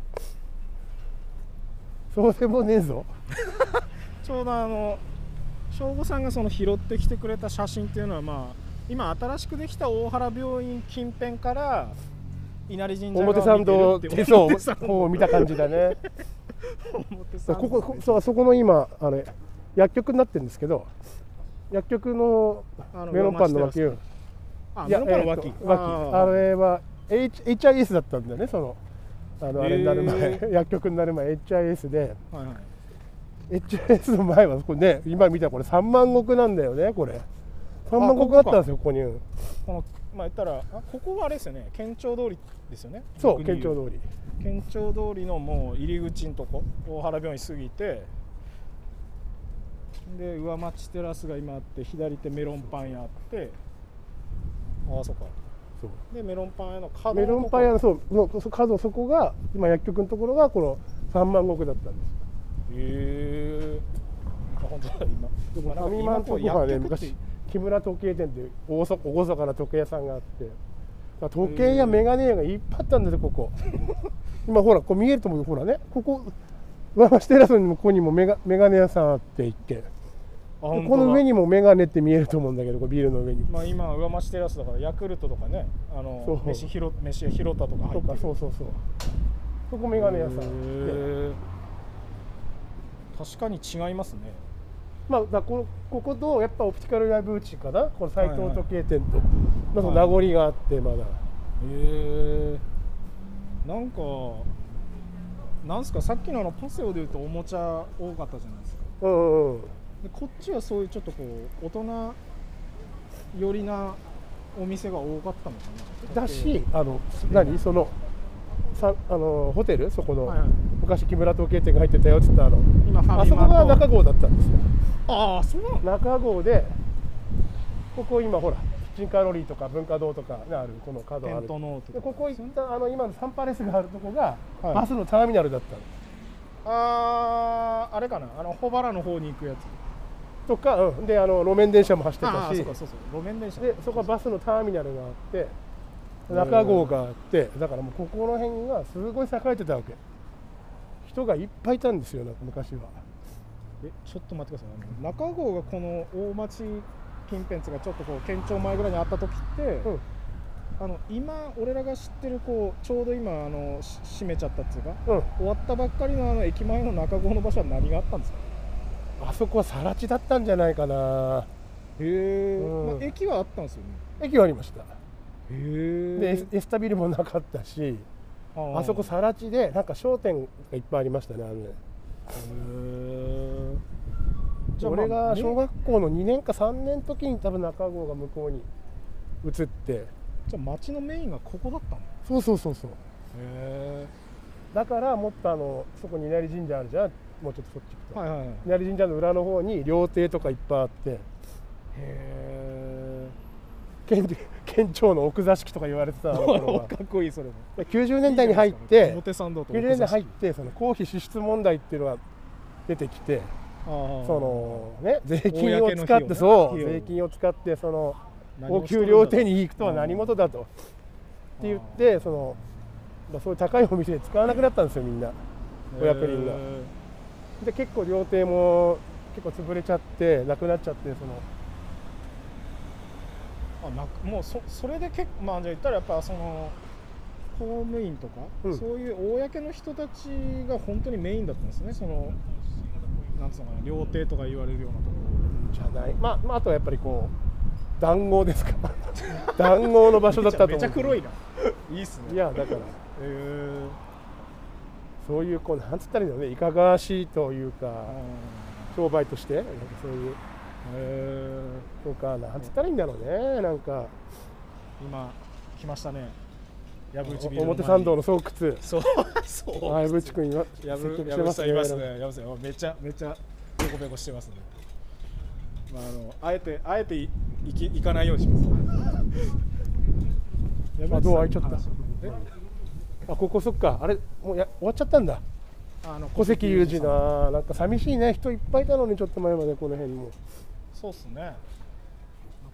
S3: そうでもねえぞ
S2: ちょうどあの省吾さんがその拾ってきてくれた写真っていうのはまあ今新しくできた大原病院近辺から稲荷神社
S3: 表参道
S2: で
S3: 手相
S2: *laughs*
S3: を見た感じだね
S2: 表参道
S3: こここそうあそこの今あれ薬局になってるんですけど薬局の
S2: あの
S3: メロンパンの脇
S2: 上
S3: よ
S2: あ
S3: い
S2: メ
S3: や
S2: ロンパンの脇、
S3: えーと脇あ
S2: ー
S3: れは、H、HIS だったんだよねそのあのあれになる前、 *laughs*
S2: へ
S3: 薬局になる前 HIS で
S2: はいはい
S3: HIS の前はこれね今見たらこれ3万石なんだよねこれ3万
S2: ここ
S3: 石
S2: か
S3: あったんですよここに
S2: このまあ言ったらあここはあれですよね県庁通りですよね
S3: そう
S2: 僕に
S3: 県
S2: 言
S3: 庁通り
S2: 県庁通りのもう入り口のとこ大原病院過ぎてで上町テラスが今あって左手メロンパン屋あってああそっか
S3: そう
S2: でメロンパン屋の角の
S3: メロンパン屋のそうのそ角そこが今薬局のところがこの3万石だったんです
S2: へえあ本じゃあ今
S3: でも
S2: まあなん
S3: ファ
S2: か
S3: ミマのとこはね
S2: 今こう薬局って
S3: 昔木村時計店っていう大そ厳かな時計屋さんがあってだから時計やメガネ屋がいっぱいあったんだよ
S2: *laughs*
S3: ここ今ほらこう見えると思うけどほらねここ上橋テラスにもここにもメガメガネ屋さんあって一軒で
S2: あ
S3: こ
S2: 本当だ
S3: の上にもメガネって見えると思うんだけどこうビルの上に、
S2: まあ今上町テラスだからヤクルトとかねあの
S3: そう
S2: 飯ひろ飯ひろたとか入
S3: と
S2: って
S3: か
S2: る
S3: そうそうそうそこメガネ屋さんあって
S2: へえ確かに違いますね
S3: まあ、だからこのこことやっぱオプティカルライブウチかなこの斎藤時計店と、まあその名残があってまだ、
S2: へえなんかなんすかさっきのあのパセオでいうとおもちゃ多かったじゃないですか
S3: うんうんうん
S2: でこっちはそういうちょっとこう大人寄りなお店が多かったのかな
S3: だし、あの何そのさあのホテルそこの、
S2: はいはい
S3: 昔木村時計店が入ってたよっつったあの
S2: 今ファミマ
S3: あそこが
S2: と
S3: 中郷だったんですよ
S2: ああそうなの
S3: 中郷でここ今ほらキッチンカロリーとか文化堂とかがあるこの角あ
S2: テ
S3: る
S2: ントノート
S3: で
S2: とか
S3: ここ行ったあの今のサンパレスがあるとこが、
S2: はい
S3: バスのターミナルだったの
S2: あああれかなあの保原の方に行くやつ
S3: とか、うん、であの路面電車も走って
S2: あ
S3: た
S2: あ
S3: し
S2: そうかそうそう路面電車
S3: でそこはバスのターミナルがあって中郷があってだからもうここの辺がすごい栄えてたわけ人がいっぱいいたんですよなんか昔は
S2: えちょっと待ってくださいあの中郷がこの大町近辺つがちょっとこう県庁前ぐらいにあった時って、
S3: うん
S2: あの今俺らが知ってるこうちょうど今あのし閉めちゃったっていうか
S3: うん
S2: 終わったばっかりのあの駅前の中郷の場所は何があったんですか
S3: あそこは更地だったんじゃないかな
S2: へえ、
S3: うん
S2: まあ、駅はあったんですよね
S3: 駅はありましたでエ
S2: へ
S3: スエスタビルもなかったしあそこ
S2: へ
S3: 更地でなんか商店がいっぱいありましたねあのね
S2: え
S3: じゃあ俺が小学校の2年か3年の時に多分中郷が向こうに移って
S2: じゃあ町のメインがここだったんだ
S3: そうそうそうそう
S2: へ
S3: だからもっとあのそこに稲荷神社あるじゃんもうちょっとそっち行く
S2: え
S3: と、
S2: はいはいはいへ
S3: 稲荷神社の裏の方に料亭とかいっぱいあって
S2: え
S3: 県 *laughs* 県庁の奥座敷とか言 *laughs* われてたの頃は
S2: *laughs* かっこいいそれも
S3: で90年代に入って
S2: 表参道と
S3: 90年代に入ってその公費支出問題っていうのが出てきて
S2: そ
S3: そのね税金を
S2: 公の
S3: 使
S2: 費用
S3: っ
S2: ね
S3: て、そう
S2: 費用
S3: 税金を使ってその高級料亭に行くとは何事だとって言ってそのまあそういう高いお店で使わなくなったんですよみんな500人がで結構料亭も結構潰れちゃってなくなっちゃってその
S2: あなくもうそそれで結構まあじゃあ言ったらやっぱその公務員とか、
S3: うん
S2: そういう公の人たちが本当にメインだったんですねそのなんつうのかな料亭とか言われるようなとこ
S3: じゃない、まあ、まああとはやっぱりこう談合ですか *laughs* 談合の場所
S2: ろ
S3: だったと思
S2: め
S3: う
S2: ちゃめちゃ黒いないいっすね
S3: いやだから
S2: えー
S3: そういうこうなんつったらいいんだろうねいかがわしいという
S2: あ
S3: か
S2: ー
S3: 商売としてなんかそういう
S2: え
S3: とかなんつったらいいんだろうねなんか
S2: ー今来ましたね藪内ビルの前に
S3: 表参道の巣窟
S2: そうそう
S3: 相淵君は
S2: やぶ
S3: 積極
S2: や
S3: して
S2: ぶ
S3: ま
S2: さ
S3: す
S2: んい
S3: ね
S2: ますね。やぶさんめちゃめちゃペコペコしてますね。まああのあえてあえてい行き行かないようにします。や
S3: あドア開いちゃった
S2: え
S3: あここそっかあれもうや終わっちゃったんだ
S2: あの
S3: 戸籍有事。ななんか寂しいね人いっぱいいたのにちょっと前までこの辺も
S2: そうっすね。な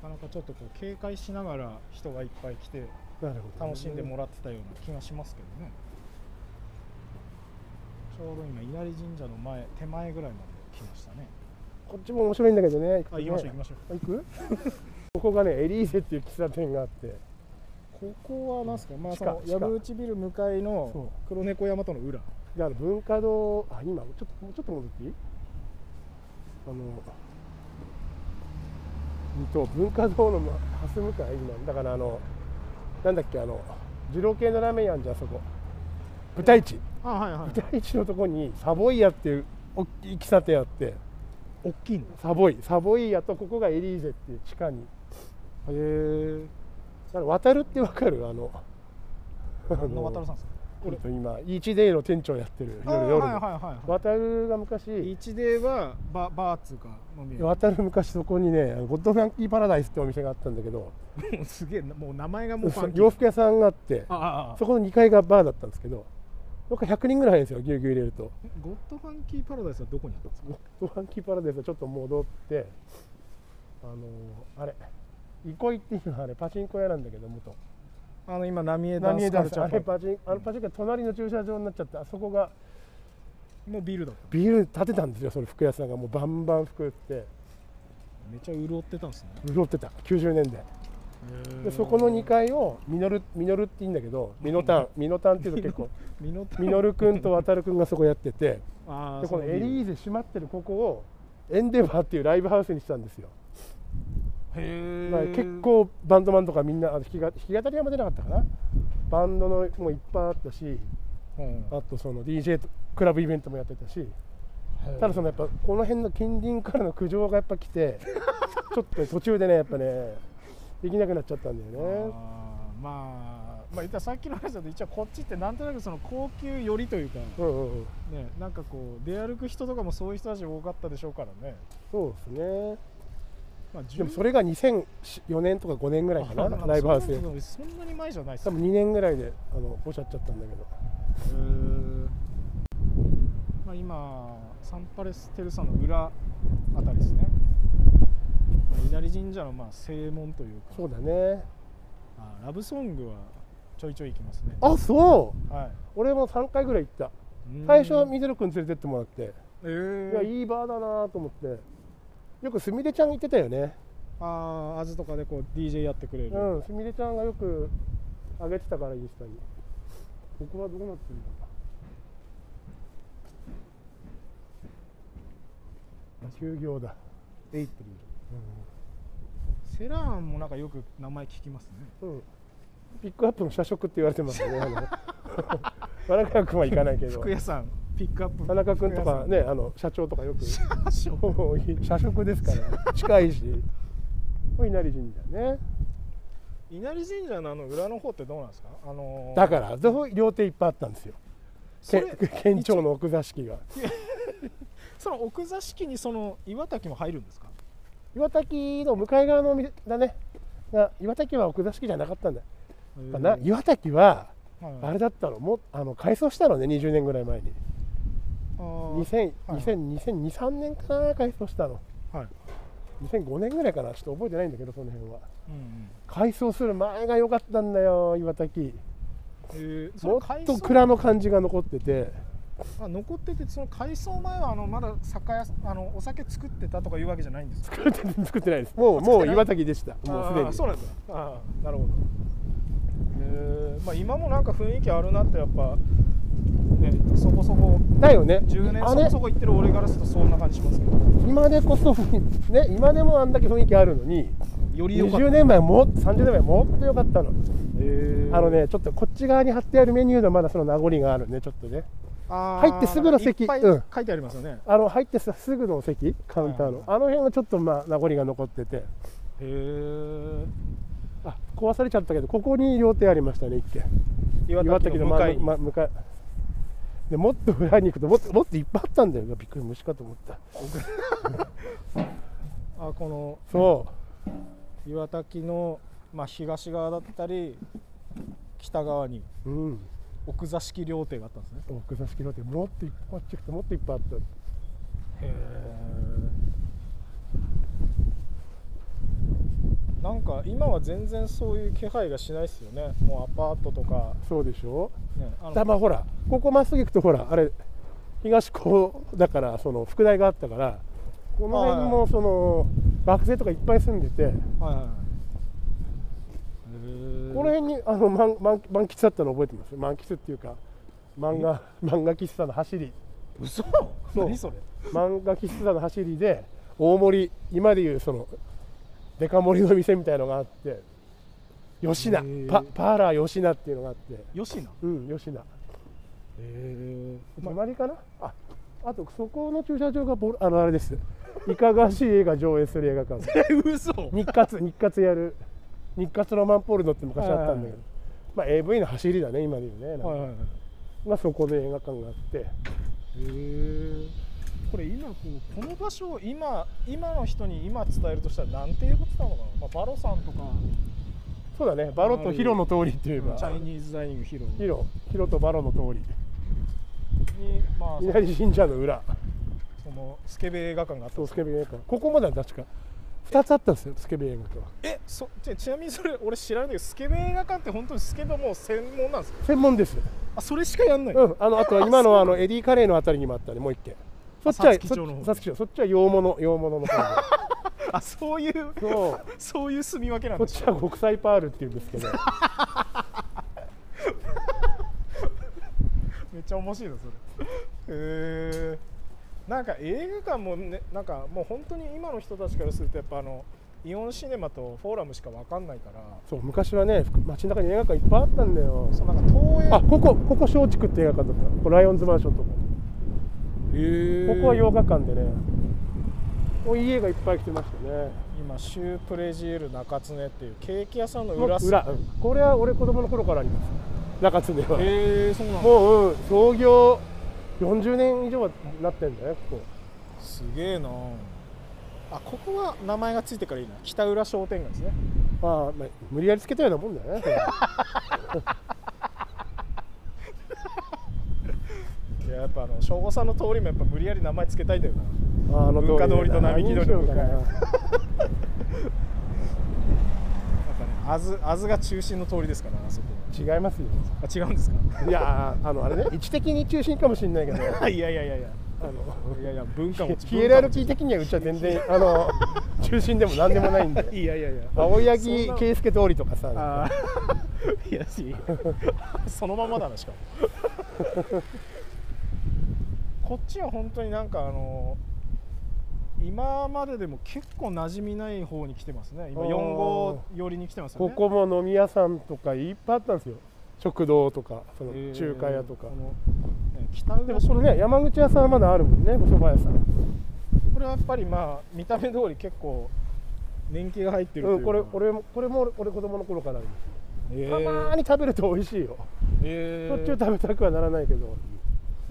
S2: かなかちょっとこう警戒しながら人がいっぱい来て
S3: なるほど
S2: 楽しんでもらってたような気がしますけどね。ちょうど今稲荷神社の前手前ぐらいまで来ましたね。
S3: こっちも面白いんだけどね行くと
S2: あ
S3: ね
S2: 行きましょう行きましょう。
S3: 行く *laughs* ここがねエリーゼっていう喫茶店があって
S2: ここはなんすか、まあ、
S3: 地
S2: そ
S3: 下
S2: の
S3: 地下
S2: 藪内ビル向かい
S3: そう
S2: の黒猫山との裏。
S3: であの文化堂あ今ちょっともうちょっと戻っていいあのうんと文化堂のま蓮向かい今だからあのなんだっけあの二郎系のラーメン屋あんじゃんあそこ豚市
S2: あ、はいは
S3: 豚市のとこにサボイヤっていう大きい喫茶店あって
S2: 大きいんだ。
S3: サボイサボイヤとここがエリーゼっていう地下に
S2: へえ。
S3: だから渡るってわかるあの
S2: 何 *laughs* の渡るさんですか。
S3: 俺と今イーチデイの店長やってる
S2: あ
S3: 夜
S2: ー
S3: 夜の、
S2: はいはいは
S3: 渡るが
S2: い。
S3: 昔
S2: 一ではババーっつうか飲み屋。
S3: 渡る昔そこにねゴッドフランキーパラダイスってお店があったんだけど
S2: もう
S3: *laughs*
S2: すげえなもう名前がもうファンキー
S3: 洋服屋さんがあって
S2: ああああ。
S3: そこの2階がバーだったんですけどどっか100人ぐらい入るんですよぎゅうぎゅう入れると
S2: ゴッドファンキーパラダイスはどこにあったんですか
S3: ファンキーパラデースはちょっと戻ってあのーあれ憩いっていうのはあれパチンコ屋なんだけど元
S2: あの今浪江ダン
S3: 浪江
S2: ス
S3: ダ
S2: カ
S3: ン
S2: ル
S3: ス
S2: チャ
S3: あれ
S2: ーパー
S3: パチンあのパチンコ屋隣の駐車場になっちゃってあそこが
S2: もうビルだった
S3: ビール建てたんですよその服屋さんがもうバンバン服売って
S2: めっちゃ潤ってたんですね
S3: 潤ってた90年代でそこの2階をミノルミノルって言うんだけどミノタンミノタンっていうと結
S2: *laughs*
S3: 構
S2: ミノタ
S3: ミノル君と渡る君がそこやってて
S2: あー
S3: でこの
S2: そビ
S3: エ
S2: ル
S3: リーゼ閉まってるここをエンデバーっていうライブハウスにしたんですよ
S2: へ
S3: だから
S2: え
S3: 結構バンドマンとかみんなあの弾きが弾き語りはあんま出なかったかなバンドのもういっぱいあったしあとその DJ とクラブイベントもやってたしただそのやっぱこの辺の近隣からの苦情がやっぱ来て
S2: *laughs*
S3: ちょっと途中でねやっぱねできなくなっちゃったんだ
S2: あー
S3: よね
S2: まあまあ言ったらさっきの話だと一応こっちってなんとなくその高級寄りというか、
S3: うんうんうん
S2: ね、なんかこう出歩く人とかもそういう人たち多かったでしょうからね、
S3: そうですね
S2: まあ、10
S3: でもそれが2004年とか5年ぐらいかな
S2: あ
S3: ライブハウスで
S2: そんなそんなに前じゃないです
S3: 多
S2: ね
S3: 分2年ぐらいであのおっしゃっちゃったんだけど
S2: へーまあ、今サンパレステルサの裏あたりですねまあ稲荷神社のまあ正門というか
S3: そうだね
S2: あーラブソングはちょいちょい行きますね
S3: あそう
S2: はい
S3: 俺も3回ぐらい行った
S2: うーん
S3: 最初は水野君連れてってもらって、
S2: え
S3: いや
S2: ー、
S3: いいバーだなと思ってよくすみれちゃん行ってたよね
S2: あああずとかでこう DJ やってくれる、
S3: うんすみれちゃんがよくあげてたからインスタにここはどうなってるんだ休業だエイプ
S2: セラーンもなんかよく名前聞きますね
S3: リル、うん、ピックアップの社食って言われてま
S2: *laughs*
S3: すよねあの田中君は行かないけど
S2: 服屋さんピックアップ
S3: 田中君とか
S2: *laughs*
S3: ねあの社長とかよく *laughs* 社食ですから近いしこれ稲荷神社ね
S2: 稲荷神社のあの裏の方ってどうなんですかあのー
S3: だからどこ両手いっぱいあったんですよ
S2: そ
S3: け
S2: れ
S3: 県庁の奥座敷が
S2: その奥座敷にその岩滝も入るんですか
S3: 岩滝の向かい側のお店だねが岩滝は奥座敷じゃなかったんだかな
S2: へー
S3: 岩滝は
S2: はいはい
S3: あれだったのもうあの改装したのね20年ぐらい前に
S2: あー
S3: 2000
S2: はいはい
S3: 2023年かな改装したの
S2: はい、
S3: 2005年ぐらいかなちょっと覚えてないんだけどその辺は
S2: うんうん
S3: 改装する前が良かったんだよ岩滝
S2: えー、そ
S3: も
S2: の
S3: っ
S2: 改
S3: と
S2: 装
S3: 蔵の感じが残っ
S2: *laughs*
S3: てて
S2: あ残っててその改装前はあのまだ酒屋あのお酒作ってたとかいうわけじゃないんですか
S3: 作って作ってないですもうもう岩滝でしたもうすで
S2: あー
S3: に
S2: そうなんだああなるほどえーまあ、今もなんか雰囲気あるなってやっぱねそこそこ
S3: だよね
S2: 10年
S3: あ
S2: そ
S3: れ
S2: こそこ行ってる俺からするとそんな感じしますけど
S3: 今でこそ、ね、今でもあんだけ雰囲気あるのに
S2: より良かった
S3: 20年前も30年前もっと良かったの
S2: えー
S3: あのねちょっとこっち側に貼ってあるメニューのまだその名残があるねちょっとね
S2: あー
S3: 入ってすぐの席
S2: いっぱい
S3: うん
S2: 書いてありますよね、
S3: あの入ってさすぐの席カウンター
S2: はい
S3: の
S2: は
S3: あの辺はちょっとまあ名残が残ってて
S2: へ
S3: あ壊されちゃったけどここに料亭ありましたね一軒
S2: え
S3: 岩滝の
S2: 向か
S3: 真
S2: いに
S3: ん、ま、向かいでもっと裏に行くともっともっといっぱいあったんだよびっくり虫かと思った
S2: あこの
S3: そ
S2: 岩滝の、まあ、東側だったり北側に
S3: ううん
S2: 奥座敷料亭があったんですね
S3: 奥座敷料亭もっといっぱいこっち行くともっといっぱいあった
S2: へえんか今は全然そういう気配がしないですよねもうアパートとか、
S3: そうでしょ
S2: ね、あ
S3: だ
S2: の
S3: まあほらここまっすぐ行くとほらあれ東高だからその副題があったからこの辺もその学生とかいっぱい住んでて
S2: はいはいはいへえ
S3: この辺にあの満満満喫だったの覚えてます満喫っていうか漫画漫画喫茶の走り
S2: 嘘
S3: そう
S2: 何それ
S3: 漫画喫茶の走りで大盛り今でいうそのデカ盛りの店みたいのがあって吉
S2: へ
S3: 名
S2: ー
S3: パパーラー吉名っていうのがあって
S2: 吉野
S3: うん吉名
S2: へ
S3: 隣かなああとそこの駐車場がボルあのあれですいかがわしい映画上映する映画館
S2: *laughs* え嘘
S3: 日活日活やる日活ロマンポールドって昔あったんだけど、まあ、AV の走りだね今で言うね、
S2: はいはいはい
S3: まあ、そこで映画館があって
S2: へえこれ今こうこの場所を今今の人に今伝えるとしたらなんて言うことなのかな、まあ、バロさんとか
S3: そうだねバロとヒロの通りって言えば
S2: チャイニーズダイニング広
S3: ヒロヒロとバロの通り
S2: に、まあ、
S3: 稲荷神社の裏
S2: そのスケベ映画館があった
S3: そうスケベ映画館ここまでは確か2つあったんですよスケベ映画館は
S2: えそちちなみにそれ俺知らないんだけどスケベ映画館って本当にスケベもう専門なんですか
S3: 専門です
S2: あそれしかやんない、
S3: うん、あのあとは今のあのエディカレーのあたりにもあったねもう一軒そっちは
S2: 皐月町の方
S3: そっち皐月町そっちは洋物洋物の方で
S2: あそういう
S3: そう
S2: そういう住み分けなん
S3: こっ
S2: で
S3: ち
S2: す
S3: は国際パールっていうんですけど
S2: めっちゃ面白いなそれへえなんか映画館もねなんかもう本当に今の人たちからするとやっぱあのイオンシネマとフォーラムしかわかんないから
S3: そう昔はね街の中に映画館いっぱいあったんだよ
S2: そうなんか東映
S3: あここここ松竹って映画館だったここライオンズマンションとか
S2: へ
S3: ここは洋画館でねもういい映画いっぱい来てましたね
S2: 今シュープレジール中常っていうケーキ屋さんの裏
S3: 裏
S2: っす
S3: うんこれは俺子供の頃からあります中津では
S2: へえそうなんだ
S3: もう、うん、創業40年以上はなってんだよここ
S2: すげえなあここは名前がついてからいいな北浦商店街ですね
S3: まあ、まあ、無理やりつけたようなもん
S2: *laughs*
S3: だよね。
S2: いややっぱあの省吾さんの通りもやっぱ無理やり名前つけたいんだよな
S3: あの
S2: 文化通りと並木通りの向かい
S3: 何にしよう
S2: や
S3: か
S2: っぱねあずあずが中心の通りですからあそこ
S3: な違いますよ。
S2: あ違うんですか *laughs*
S3: いやーあのあれね位置的に中心かもしれないけど、あ
S2: いやいやいやいや
S3: の
S2: いやいや文化も
S3: *laughs* ヒエラル
S2: 文
S3: キー的にはうちは全然あの中心でも何でもないん
S2: 化も
S3: で。
S2: いやいやいや
S3: 青
S2: そん
S3: 柳
S2: な
S3: 圭介通りとかさ、
S2: あーいやいやそのままだなしかもこっちは本当になんかあの今まででも結構馴染みない方に来てますね今
S3: あー
S2: 4号寄りに来てますよ
S3: こ
S2: ね
S3: こも飲み屋さんとかいっぱいあったんですよ。食堂とかその
S2: えー
S3: 中華屋とか
S2: こ。のね北浦
S3: でもそのね山口屋さんはまだあるもんねお蕎麦屋さん。
S2: これはやっぱりまあ見た目通り結構年季が入ってるといううんか
S3: これ俺もこれも俺俺子供の頃からあるんです。
S2: え
S3: たまーに食べると美味しいよ。
S2: え
S3: 途中食べたくはならないけど。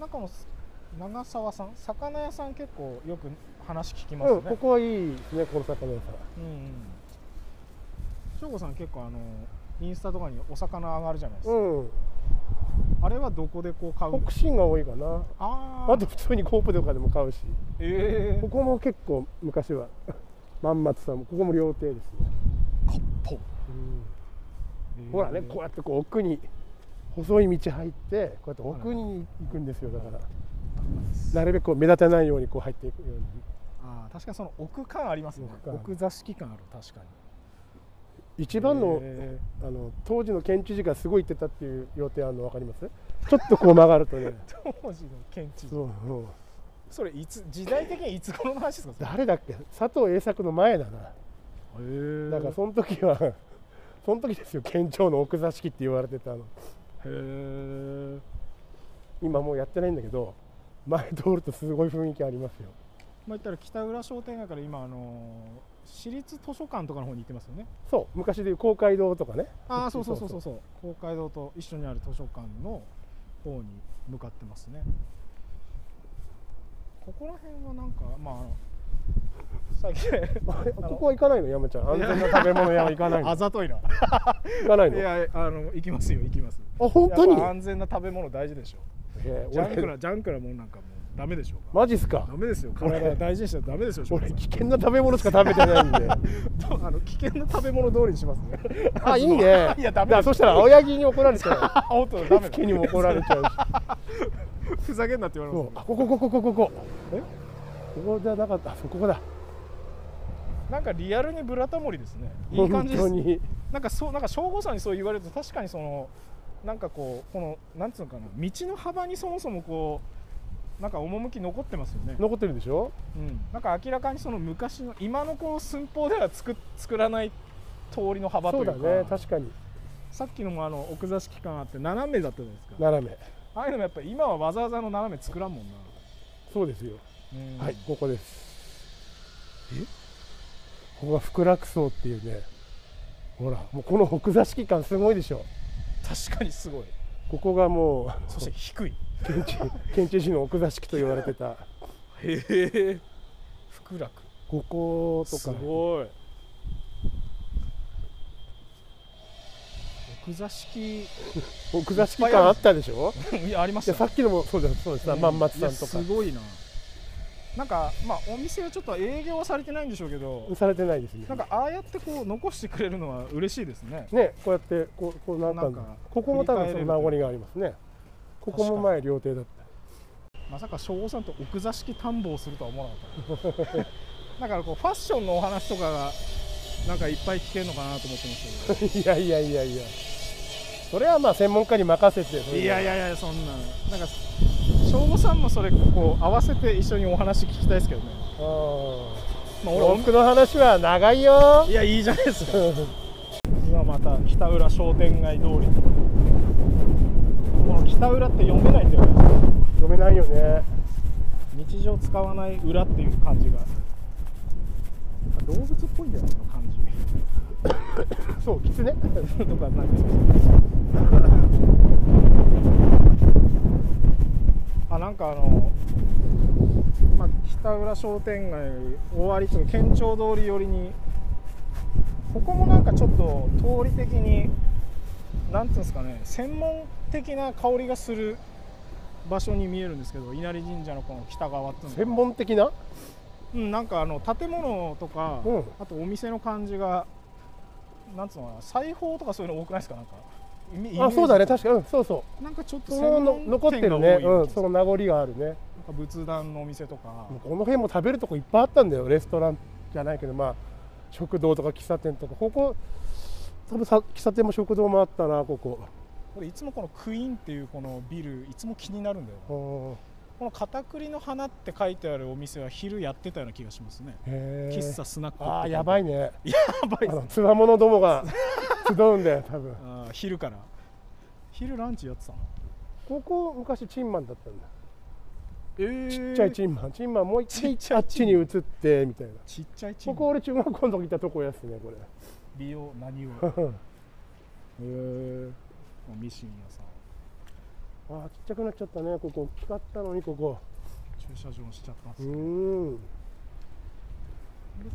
S2: なんかもう長澤さん魚屋さん結構よく話聞きますね、
S3: うん、ここはいいですね、この魚屋さん。
S2: うんうん省吾さん結構あのインスタとかにお魚上がるじゃないですか、
S3: う、
S2: あれはどこでこう買うんの
S3: 北進が多いかな。
S2: あー
S3: あと普通にコープとかでも買うし、
S2: ええ
S3: ここも結構昔は、 *laughs* 万松さんも、ここも料亭ですね。
S2: カッポ
S3: うんほらね、こうやってこう奥に、細い道入って、こうやって奥に行くんですよ、だから。なるべくこう目立たないようにこう入っていくように。
S2: あー確かにその奥感ありますね
S3: 奥
S2: 奥
S3: 感
S2: 座敷感ある確かに
S3: 一番の,、
S2: へ
S3: あの当時の県知事がすごい言ってたっていう料亭あるの分かりますちょっとこう曲がるとね
S2: 当時の県知事
S3: そうそう
S2: それいつ時代的にいつ頃の話ですか
S3: 誰だっけ佐藤栄作の前だな
S2: へえ
S3: だからその時はその時ですよ県庁の奥座敷って言われてたの
S2: へえ
S3: 今もうやってないんだけど前通るとすごい雰囲気ありますよ
S2: まあ言ったら北浦商店街から今あの私立図書館とかの方に行ってますよね
S3: そう昔でいう公会堂とかね
S2: ああそうそうそうそうそう公会堂と一緒にある図書館の方に向かってますねここら辺はなんかまああの最 *laughs* 近
S3: あれここは行かないの山ちゃん安全な食べ物屋は行かないの
S2: あざといな
S3: 行かない
S2: い
S3: のあ
S2: やあの行きますよ行きます
S3: 本当に
S2: やっぱ安全な食べ物大事でしょ
S3: えー
S2: ジャンク
S3: 俺
S2: なジャンクなもんなんかもうダメでしょうか
S3: マジっすか
S2: ダメですよ
S3: 俺
S2: 体大事にしたらダメですよ翔
S3: 俺
S2: さん
S3: 危険な食べ物しか食べてない
S2: *laughs*
S3: んで
S2: とあの危険な食べ物通りにします *laughs* ね
S3: あいいね
S2: いやダメ
S3: だから
S2: です
S3: そしたら青柳に怒られちゃ
S2: あおっとダ
S3: う
S2: メだ
S3: 助にも怒られちゃうし
S2: ふざけんなって言われ
S3: そう
S2: ます
S3: あ
S2: よ
S3: ここここここここ
S2: え
S3: ここじゃなかったあそここだ
S2: なんかリアルにブラタモリですねいい感じで
S3: 本
S2: す
S3: 当に
S2: なんかそうなんか省吾さんにそう言われると確かにそのなんかこうこのなんつうのかな道の幅にそもそもこうなんか趣残ってますよね、
S3: 残ってるでしょ
S2: うん、なんか明らかにその昔の今のこう寸法では作作らない通りの幅とい
S3: そうう
S2: か
S3: だね確かに
S2: さっきのもあの奥座敷感あって斜めだったじゃないですか
S3: 斜め
S2: ああいうのもやっぱ今はわざわざの斜め作らんもんな、
S3: そうですよ
S2: うん
S3: はいここですえここが福楽荘っていうねほらもうこの北座敷感すごいでしょ
S2: 確かにすごい
S3: ここがもう
S2: *laughs* そして低い
S3: 県知県知事の奥座敷と言われてた
S2: へえ福楽
S3: ここと
S2: す
S3: か
S2: ごい奥奥座敷 *laughs*
S3: 奥座敷感あったでしょ
S2: いやありま
S3: いやさっきのもそうじゃんそうですさ万松さんと
S2: い
S3: か
S2: やすごいななんかまあお店はちょっと営業はされてないんでしょうけど
S3: されてないですね
S2: なんかああやってこう残してくれるのは嬉しいですね
S3: ねこうやってこうこうなんか
S2: なんか
S3: ここも多分その名
S2: 振り返れると
S3: 残がありますねここも前料亭だった
S2: まさか省吾さんと奥座敷探訪をするとは思わなか
S3: *laughs*
S2: っただからこうファッションのお話とかがなんかいっぱい聞けるのかなと思ってましたけ
S3: いやいやいやいやそれはまあ専門家に任せてそ
S2: ど
S3: れはい
S2: やいやいやそんななんか省吾さんもそれこう合わせて一緒にお話聞きたいですけどね
S3: あー
S2: まあ俺
S3: 僕の話は長いよ
S2: いやいいじゃないですか *laughs* 今また北浦商店街通りこの北浦って読めないんだよね
S3: 読めないよね
S2: 日常使わない裏っていう感じがなんか動物っぽいんだよねあの感じ
S3: そうきつね
S2: とかなんかそうあなんかあの、まあ、北浦商店街終わりとか県庁通り寄りにここもなんかちょっと通り的になんていうんですかね専門的な香りがする場所に見えるんですけど稲荷神社のこの北側っていうの
S3: 専門的な
S2: うん、なんかあの建物とか、
S3: うん
S2: あとお店の感じがなんつうのかな裁縫とかそういうの多くないですかなんかイメイメー
S3: あ
S2: ジ
S3: そうだね確かにうんそうそう
S2: なんかちょっと
S3: そ
S2: 専
S3: の
S2: 門
S3: の
S2: 店
S3: 残ってる
S2: が
S3: ね
S2: 多いような
S3: うん
S2: 気がす
S3: その
S2: る
S3: 名残があるね
S2: なんか仏壇のお店とか
S3: この辺も食べるとこいっぱいあったんだよレストランじゃないけどまあ食堂とか喫茶店とかここ多分さ喫茶店も食堂もあったなここ
S2: 俺いつもこのクイーンっていうこのビルいつも気になるんだよな
S3: うん
S2: この片栗の花って書いてあるお店は昼やってたような気がしますね
S3: へえ
S2: 喫茶スナックって書いて
S3: あ
S2: あ
S3: あ
S2: る
S3: やばいね
S2: やばいっ
S3: あ
S2: す
S3: のつわものどもが集うんだよ多分
S2: *laughs* あー昼から昼ランチやってたの
S3: ここ昔チンマンだったんだ
S2: えー、
S3: ちっちゃいチンマンチンマンもう一回
S2: ちっちゃいチンマン
S3: あっちに移ってみたいな
S2: ちっちゃいチー
S3: こ
S2: ム
S3: こ俺中学校の時いたとこやっすねこれ
S2: 美容何を
S3: *laughs*
S2: へえミシン屋さん
S3: あーちっちゃくなっちゃったねここ大きかったのにここ
S2: 駐車場しちゃったんです
S3: う
S2: よ
S3: ん
S2: で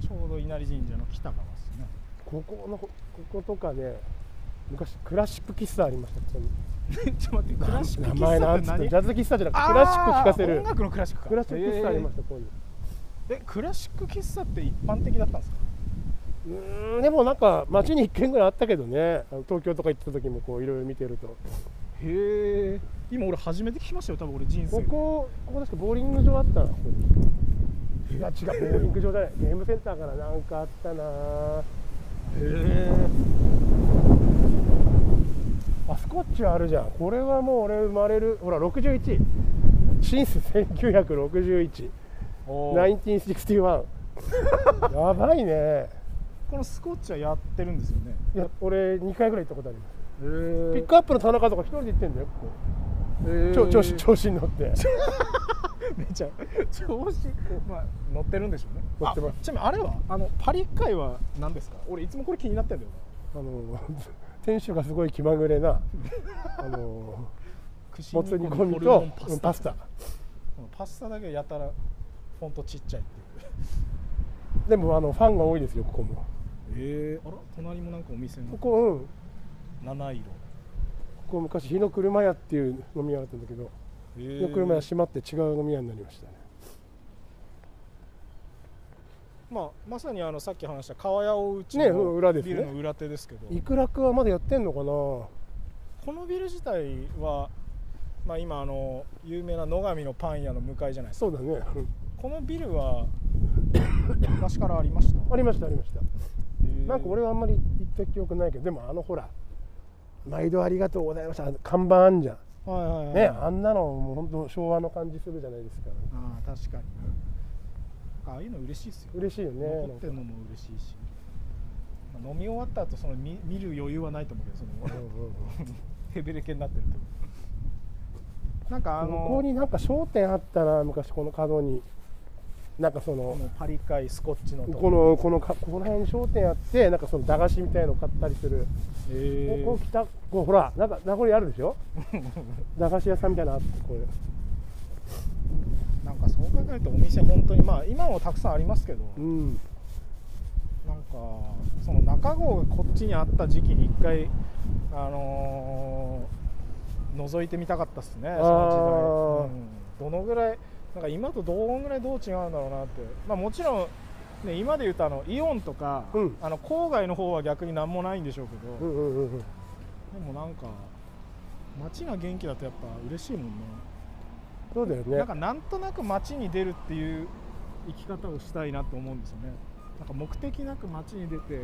S2: ちょうど稲荷神社の北側です
S3: *laughs*
S2: ね
S3: ここのこことかね昔クラシック喫茶ありましたここに
S2: ちょっと待って、クラシック
S3: 名
S2: 喫
S3: 前な
S2: 茶っ
S3: ん
S2: て
S3: つって
S2: 何
S3: ジャズ喫茶じゃなく
S2: あ
S3: て
S2: ー
S3: クラシック聴かせ
S2: 音
S3: る
S2: 楽のクラシックか。
S3: クラシック喫茶ありまし
S2: え
S3: たここに
S2: ーえクラシック喫茶って一般的だったんですか
S3: うーんでもなんか街に1軒ぐらいあったけどねあの東京とか行った時もこういろいろ見てると
S2: へえ。今俺初めて聞きましたよ、多分俺人生
S3: こ
S2: で。
S3: こここ確かボーリング場あったなここにいや違うボーリング場じゃないゲームセンターからなんかあったな
S2: へえ。
S3: あスコッチはあるじゃんこれはもう俺生まれるほら61シンス1961
S2: おー
S3: 1961やばいね
S2: このスコッチはやってるんですよね。
S3: いや俺2回ぐらい行ったことあります
S2: へ
S3: ピ
S2: え
S3: ックアップの田中とか一人で行ってんだよここ調調子調子に乗って
S2: めちゃ調子まあ乗ってるんでしょうね
S3: 乗ってます
S2: あちなみにあれはあのパリ会は何ですか俺いつもこれ気になってんだよな
S3: あの *laughs* 店主がすごい気まぐ
S2: *laughs*
S3: れなあの
S2: 串
S3: もつ煮込み
S2: ホルモ
S3: と
S2: ン
S3: うんパスタ
S2: このパスタだけやたらフォントちっちゃいって
S3: でもあのファンが多いですよここも
S2: いうえあら隣もなんかお店の
S3: ここうん
S2: 七色
S3: ここ昔日の車屋っていう飲み屋だったんだけど
S2: え
S3: 日の車屋閉まって違う飲み屋になりましたね
S2: まあまさにあのさっき話した川屋大内
S3: ねうん裏ですね
S2: ビルの裏手ですけど
S3: いくらくはまだやってんのか
S2: このビル自体はまあ今あの有名な野上のパン屋の向かいじゃないで
S3: な
S2: すか
S3: そうだねうん
S2: このビルは *coughs* 昔からありました
S3: ありましたありましたな
S2: なん
S3: か俺はあんまり行った記憶ないけどでもあのほら毎度ありがとうございましたあの看板あんじゃん
S2: はいはいはい、
S3: ね、あんなのもう本当昭和の感じするじゃないですか。
S2: ああ確かにああいうの嬉しいですよ
S3: 嬉しいよね。
S2: 残ってるのも嬉しいし、まあ飲み終わった後その見見る余裕はないと思うけどそ
S3: うん
S2: の *laughs*
S3: うんうん
S2: ヘベレケになってるとなんかあの
S3: ここになんか商店あったな昔この角になんかそ
S2: こ
S3: の
S2: のパリカイスコッチのと
S3: このこのかこの辺に商店あってなんかその駄菓子みたいの買ったりする、
S2: え
S3: ここ来たここほらなんか名残あるで
S2: *laughs*
S3: しょ駄菓子屋さんみたいなのあってこれ
S2: なんかそう考えるとお店本当にまあ今もたくさんありますけど、
S3: うん
S2: なんかその中郷がこっちにあった時期に一回あのー覗いてみたかったっすねその時代、うんどのぐらいなんか今とどんぐらいどう違うんだろうなってまあもちろん、ね、今で言うとあのイオンとか、
S3: うん
S2: あの郊外の方は逆に何もないんでしょうけ
S3: う
S2: ど、
S3: んうんうんうん
S2: でもなんか街が元気だとやっぱ嬉しいもんね
S3: そうだよね
S2: なんかなんとなく街に出るっていう生き方をしたいなと思うんですよねなんか目的なく街に出て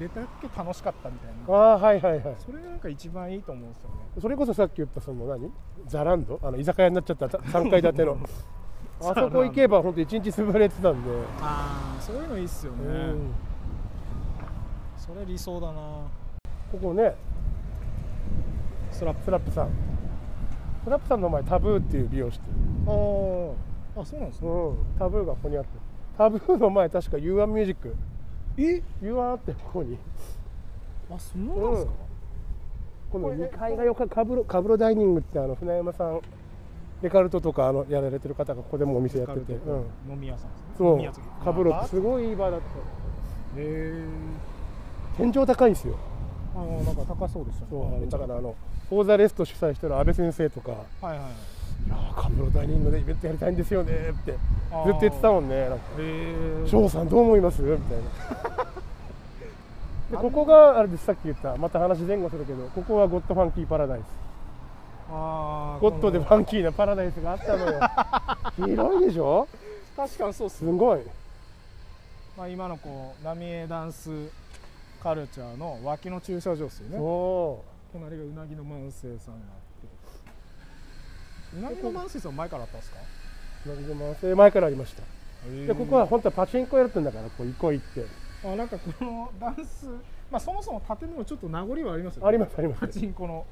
S2: 出たっけ楽しかったみたい
S3: あ
S2: な
S3: あーはいはいはい
S2: それがなんか一番いいと思うんですよね
S3: それこそさっき言ったその何ザランドあの居酒屋になっちゃった3階建
S2: *laughs*
S3: てのあそこ行けば本当一日潰れてたんで、
S2: ああそういうのいいっすよね、
S3: うん
S2: それ理想だな
S3: ここね
S2: スラップ
S3: スラップさんスラップさんの前タブーっていう美容室、
S2: あああそうなんです
S3: う
S2: ね、
S3: ん、タブーがここにあってタブーの前確か U1 ミュージック
S2: え
S3: U1 ってここに
S2: あそうなんですか、
S3: この
S2: これね
S3: 2階がよかカブロカブロダイニングってあの船山さんデカルトとかあのやられてる方がここでもお店やってて、
S2: う
S3: うん、
S2: ん、飲み屋さんですね
S3: そ
S2: 飲み屋
S3: う
S2: さん
S3: カブロ
S2: あ
S3: すごいいいバーだっ
S2: へ
S3: た
S2: え
S3: 天井高いんですよ
S2: あのなんか高そうですよね
S3: そうだからあのフォーザレスト主催してる阿部先生とか
S2: はいはいはい
S3: 「いやーカブロダイニングでイベントやりたいんですよね」ってず
S2: あー
S3: っと言ってたもんねなんか
S2: へえ
S3: 翔さんどう思いますみたい
S2: *laughs*
S3: なでここがあれですさっき言ったまた話前後するけどここはゴッドファンキーパラダイス
S2: あー
S3: ゴッドでフ
S2: この
S3: ァンキーなパラダイスがあったのよ
S2: *laughs*
S3: 広いでしょ
S2: 確かにそうっす
S3: すごい
S2: まあ今のこう浪江ダンスカルチャーの脇の駐車場っすよね
S3: そ
S2: 隣がうなぎの万世さんがあってうなぎの万世さん前からあったんですか
S3: うなぎの慢性前からありました
S2: で
S3: でここは本当はパチンコやってんだからこう行こう行って
S2: あなんかこのダンスまあそもそも建物ちょっと名残はありますよね
S3: ありますありま
S2: パ
S3: す
S2: チンコの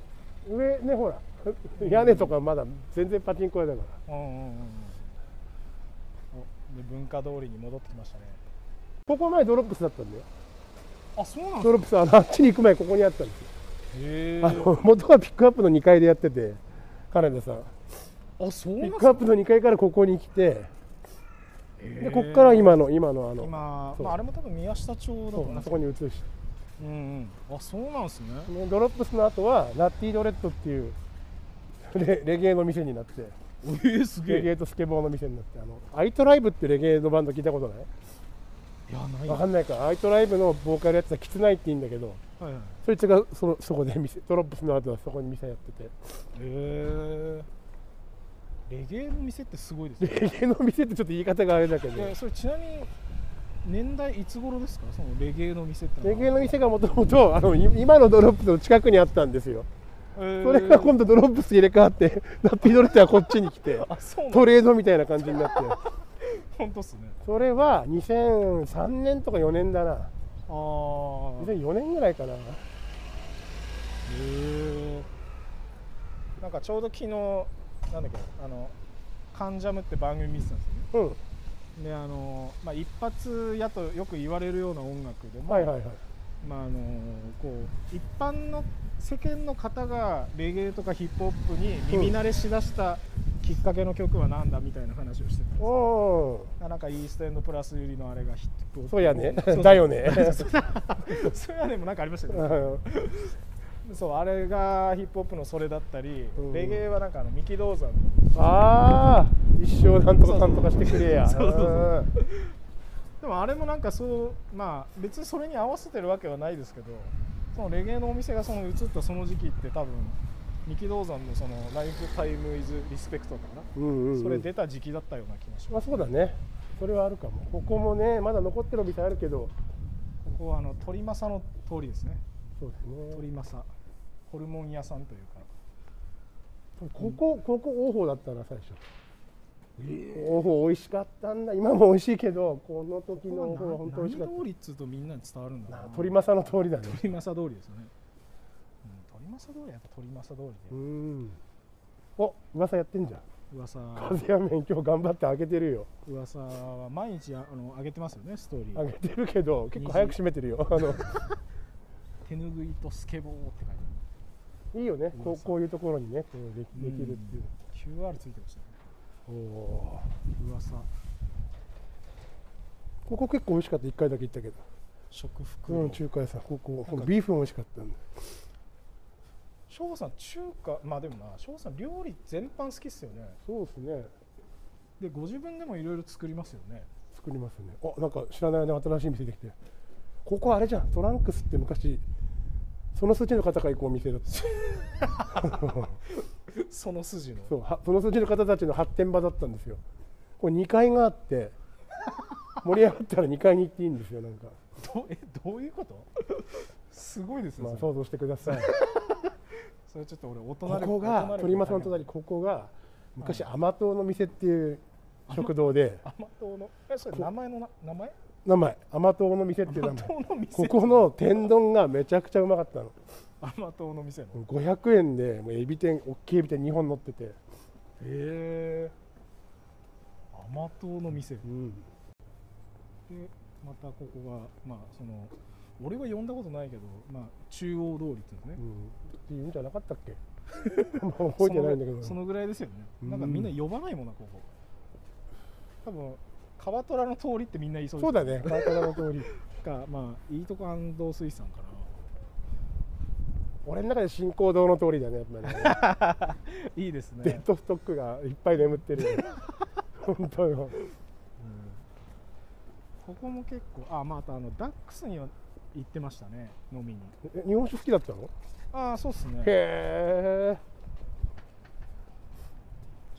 S3: 上ねほら屋根とかまだ全然パチンコ屋だから
S2: うんうんうんうんおで文化通りに戻ってきましたね
S3: ここ前ドロップスだったんだよ
S2: あそうなんで
S3: ドロップスあのあっちに行く前ここにあったんですよ
S2: すへ
S3: あの元はピックアップの2階でやってて金田さん
S2: あそう
S3: ピ
S2: なん
S3: ッ
S2: で
S3: クアッ
S2: す
S3: プの2階からここに来て、
S2: で
S3: でここから今の今のあの
S2: 今、
S3: そう
S2: まあ、あれも多分宮下町だと
S3: そ
S2: 思いま
S3: う
S2: すけど
S3: そこに移して、
S2: うんうん、あそうなんですね
S3: ねドロップスの後はラッティドレッドっていう *laughs* レレゲエの店になって
S2: えー、す
S3: レゲエとスケボーの店になってあのアイトライブってレゲエのバンド聞いたことない
S2: いやない
S3: わかんないかアイトライブのボーカルやってたキツナイって言うんだけど
S2: はいはい
S3: そいつがそのそこで店ドロップスの後はそこに店やってて
S2: えー、レゲエの店ってすごいですね
S3: レゲエの店ってちょっと言い方があれだけど
S2: えそれちなみに年代いつ頃ですかそのレゲエの店ってのは
S3: レゲエの店がもともとあのい今のドロップスの近くにあったんですよ
S2: えー
S3: それが今度ドロップス入れ替わ
S2: *laughs*
S3: って、ラッピードレッドはこっちに来て、
S2: あそうなん
S3: トレードみたいな感じになって、
S2: 本当っすね
S3: それは2003年とか4年だな、
S2: ああへ
S3: 2004年ぐらいかな、
S2: えー、なんかちょうど昨日なんだっけあの「カンジャム」って番組見てたんですよね
S3: うん、
S2: であの、まあ、一発やとよく言われるような音楽でも、
S3: はいはいはい、
S2: まああのこう一般の世間の方がレゲエとかヒップホップに耳慣れしだしたきっかけの曲はなんだみたいな話をしてたんですよ
S3: おー
S2: あなんかイーストエンドプラス売りのあれがヒップホップ
S3: そうやね
S2: *laughs* そうそ、う
S3: だよね、
S2: そうやねもなんかありましたけ
S3: う
S2: ど、
S3: ん
S2: そうあれがヒップホップのそれだったり、
S3: うん
S2: レゲエはなんかあの三木道山の
S3: *laughs* ああ、一生なんとかなんとかしてくれや、
S2: そうそうそう
S3: うん
S2: でもあれもなんかそうまあ別にそれに合わせてるわけはないですけどそのレゲエのお店がその移ったその時期って多分三木道山のその「ライフタイム・イズ・リスペクト」かな、
S3: うんうんうん
S2: それ出た時期だったような気がし
S3: ま
S2: ま
S3: あ
S2: す
S3: そうだね、それはあるかも、ここもね、まだ残ってるお店あるけど、
S2: ここはあの鳥政の通りですね
S3: そうです
S2: 鳥
S3: ね、
S2: 政ホルモン屋さんというか
S3: ここ、ここ、王鵬だったな、最初。おお美味しかったんだ今も美味しいけどこの時のおほは本当美味しかっ
S2: 何通りっつうとみんなに伝わるん
S3: た
S2: だ
S3: な
S2: な
S3: 鳥政の通りだね
S2: 鳥政通りですよね、うん、鳥政通りはやっぱ鳥政通
S3: う
S2: りで
S3: んお噂やってんじゃん
S2: 噂
S3: 風や麺今日頑張って開けてるよ
S2: 噂は毎日ああの上げてますよねストーリー
S3: 開けてるけど結構早く閉めてるよあの
S2: 手ぬぐいとスケボーって書いて
S3: いいよねこうこういうところにねこうできできるっていう
S2: ある QR ついてましたね
S3: おお
S2: 噂
S3: ここ結構美味しかった1回だけ行ったけど
S2: 食服
S3: う
S2: の
S3: ん中華屋さんこここのビーフン美味しかったんで
S2: 翔さん中華まあでもな翔さん料理全般好きっすよね
S3: そうですね
S2: でご自分でもいろいろ作りますよね *laughs*
S3: 作りますねあなんか知らないね新しい店できてここあれじゃんトランクスって昔その筋の方が行くお店だった *laughs*
S2: その筋の
S3: そうはその筋の方たちの発展場だったんですよこれ2階があって盛り上がったら2階に行っていいんですよなんか
S2: どえどういうことすごいですね
S3: まあ、
S2: それ
S3: 想像してくだ
S2: *laughs*
S3: さい
S2: それちょっと俺大人
S3: こ
S2: で
S3: こが鳥間さんの隣
S2: り
S3: ここが昔甘党の店っていう食堂で
S2: 甘党のえそれ名前のな名前
S3: 名前甘党の店っていう名
S2: 甘
S3: 前
S2: 党の店
S3: ここの天丼がめちゃくちゃうまかったの
S2: 甘党の店の
S3: 500円でもうエビ天大きいエビ天2本乗ってて、
S2: へえ甘党の店で
S3: うん、
S2: またここがまあその俺は呼んだことないけど、まあ、中央通りっていうのね
S3: う、んって言うんじゃなかったっ
S2: *laughs*
S3: けあんま覚えてないんだけど
S2: そのぐらいですよね、
S3: うん
S2: なんかみんな呼ばないもんなここ多分川虎の通りってみんな言いそうです
S3: そうだね川からの通り
S2: かまあいいとこ安藤水産か
S3: 俺の中で新興堂の通りだねやっぱりね
S2: ないいです
S3: デ
S2: *laughs*
S3: ッ
S2: ね、
S3: ドストックがいっぱい眠ってるよ本当よ
S2: うんここも結構あまたあのダックスには行ってましたね飲みに
S3: え日本酒好きだったの
S2: ああそうっすね
S3: へえ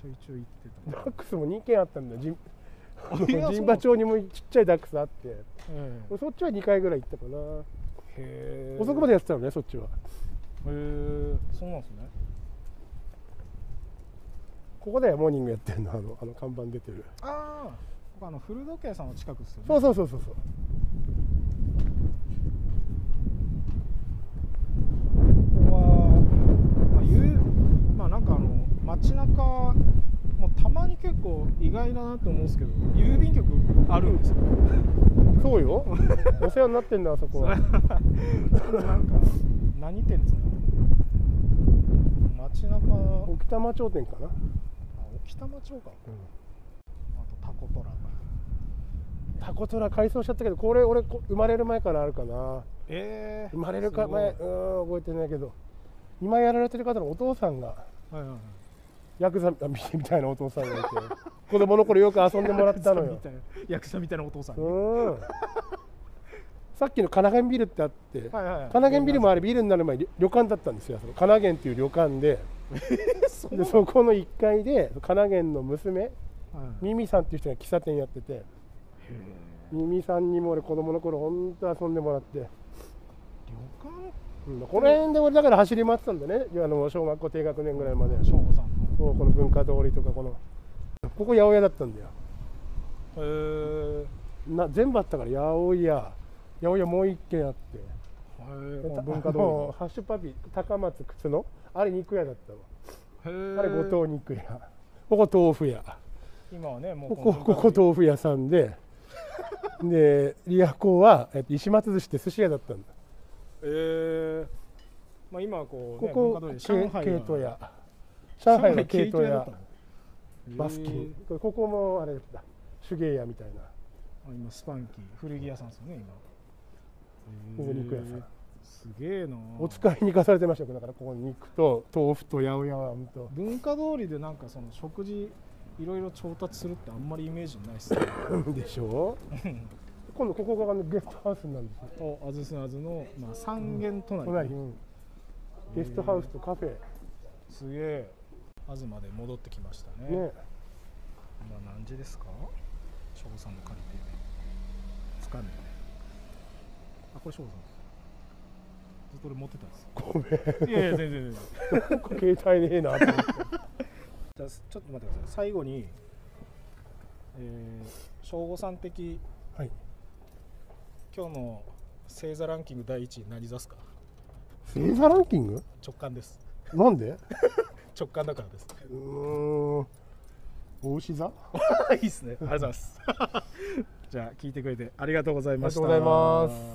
S2: ちょいちょい行って
S3: ダックスも2軒あったんだよ
S2: い
S3: 神
S2: やそう
S3: 神馬町にもちっちゃいダックスあって
S2: た、ええ
S3: 俺そっちは2回ぐらい行ったかな
S2: へえ
S3: 遅くまでやってたのねそっちは
S2: へえそうなんですね
S3: ここだよモーニングやってるのあのあの看板出てる
S2: ああここあの古時計さんの近くっすよね
S3: そうそうそうそうそう
S2: ここは、まあ、言うまあなんかあの街中もうたまに結構意外だなと思うんですけど郵便局あるんですよ
S3: そ
S2: *laughs*
S3: うよお世話になってんだあそこは
S2: なんか何店っつうの街中あ
S3: 奥多摩町店かな、
S2: 沖玉町かあとタコトラ
S3: タコトラ改装しちゃったけどこれ俺こ生まれる前からあるかな
S2: え
S3: 生まれるか前う
S2: す
S3: ーん覚えてないけど今やられてる方のお父さんが
S2: はいはいはい
S3: ヤクザみたいなお父さんがいて子供の頃よく遊んでもらったのよ
S2: 役者みたいな役者みたいなお父さん
S3: う
S2: に、
S3: ーんさっきの神奈川ビルってあって、
S2: はいはいはい
S3: 神奈川ビルもあれビルになる前に旅館だったんですよその神奈川っていう旅館で
S2: そ
S3: でそこの1階で神奈川の娘
S2: はい
S3: ミミさんっていう人が喫茶店やっててミミさんにも俺子供の頃ほんと遊んでもらって、
S2: 旅
S3: うんこの辺で俺だから走り回ってたんだねあの小学校低学年ぐらいまで
S2: 館省吾さんの
S3: そうこの文化通りとかこのここ八百屋だったんだよ
S2: へえ
S3: な全部あったから八百屋八百屋もう一軒あって
S2: へえ
S3: 文
S2: 文化
S3: 化通
S2: 通
S3: りのハッシュパピ高松靴のあれ肉屋だったわ
S2: りへえ
S3: あれ五島肉屋ここ豆腐屋
S2: 今はねもう
S3: ここ
S2: の
S3: ここ豆腐屋さんで
S2: *laughs*
S3: でリアコは、えっと、石松寿司って寿司屋だったんだ
S2: へえまあ今はこう、
S3: こ
S2: ね、
S3: こ
S2: 文化通り
S3: 系
S2: 上海
S3: 系
S2: は
S3: 統屋上海の
S2: 上
S3: 系統
S2: 系統屋だっ
S3: 屋
S2: たの
S3: バスキンここもあれだ手芸屋みたいな
S2: あ今スパンキー古着屋さんですよね今
S3: ここ肉屋さん
S2: すげえな
S3: お使いに行かされてましたよだからここに肉と豆腐と八百屋は本当
S2: 文化通りでなんかその食事いろいろ調達するってあんまりイメージないっ *laughs* すね
S3: でしょ今度ここがあのゲストハウスになるんですよ
S2: おあずすあずの、まあ、三軒隣、
S3: 隣にゲストハウスとカフェ
S2: すげえ東で戻ってきましたね
S3: ね
S2: 今何時ですか省吾さんの借りてつかんねあこれ省吾さんずっと俺持ってたんですよ
S3: ごめんこ
S2: いやいや全然全然
S3: こ携帯ねえなと
S2: *laughs*
S3: 思って
S2: じゃあちょっと待ってください最後に、えー、省吾さん的
S3: はい
S2: 今日の星座ランキング第一位何座っすか
S3: 星座ランキング
S2: 直感です
S3: なんで
S2: 直感だからです
S3: うーんお牛座あ
S2: *laughs* いいですねありがとうございますじゃあ聞いてくれてありがとうござい
S3: り
S2: ま
S3: が
S2: し
S3: と
S2: た
S3: うございます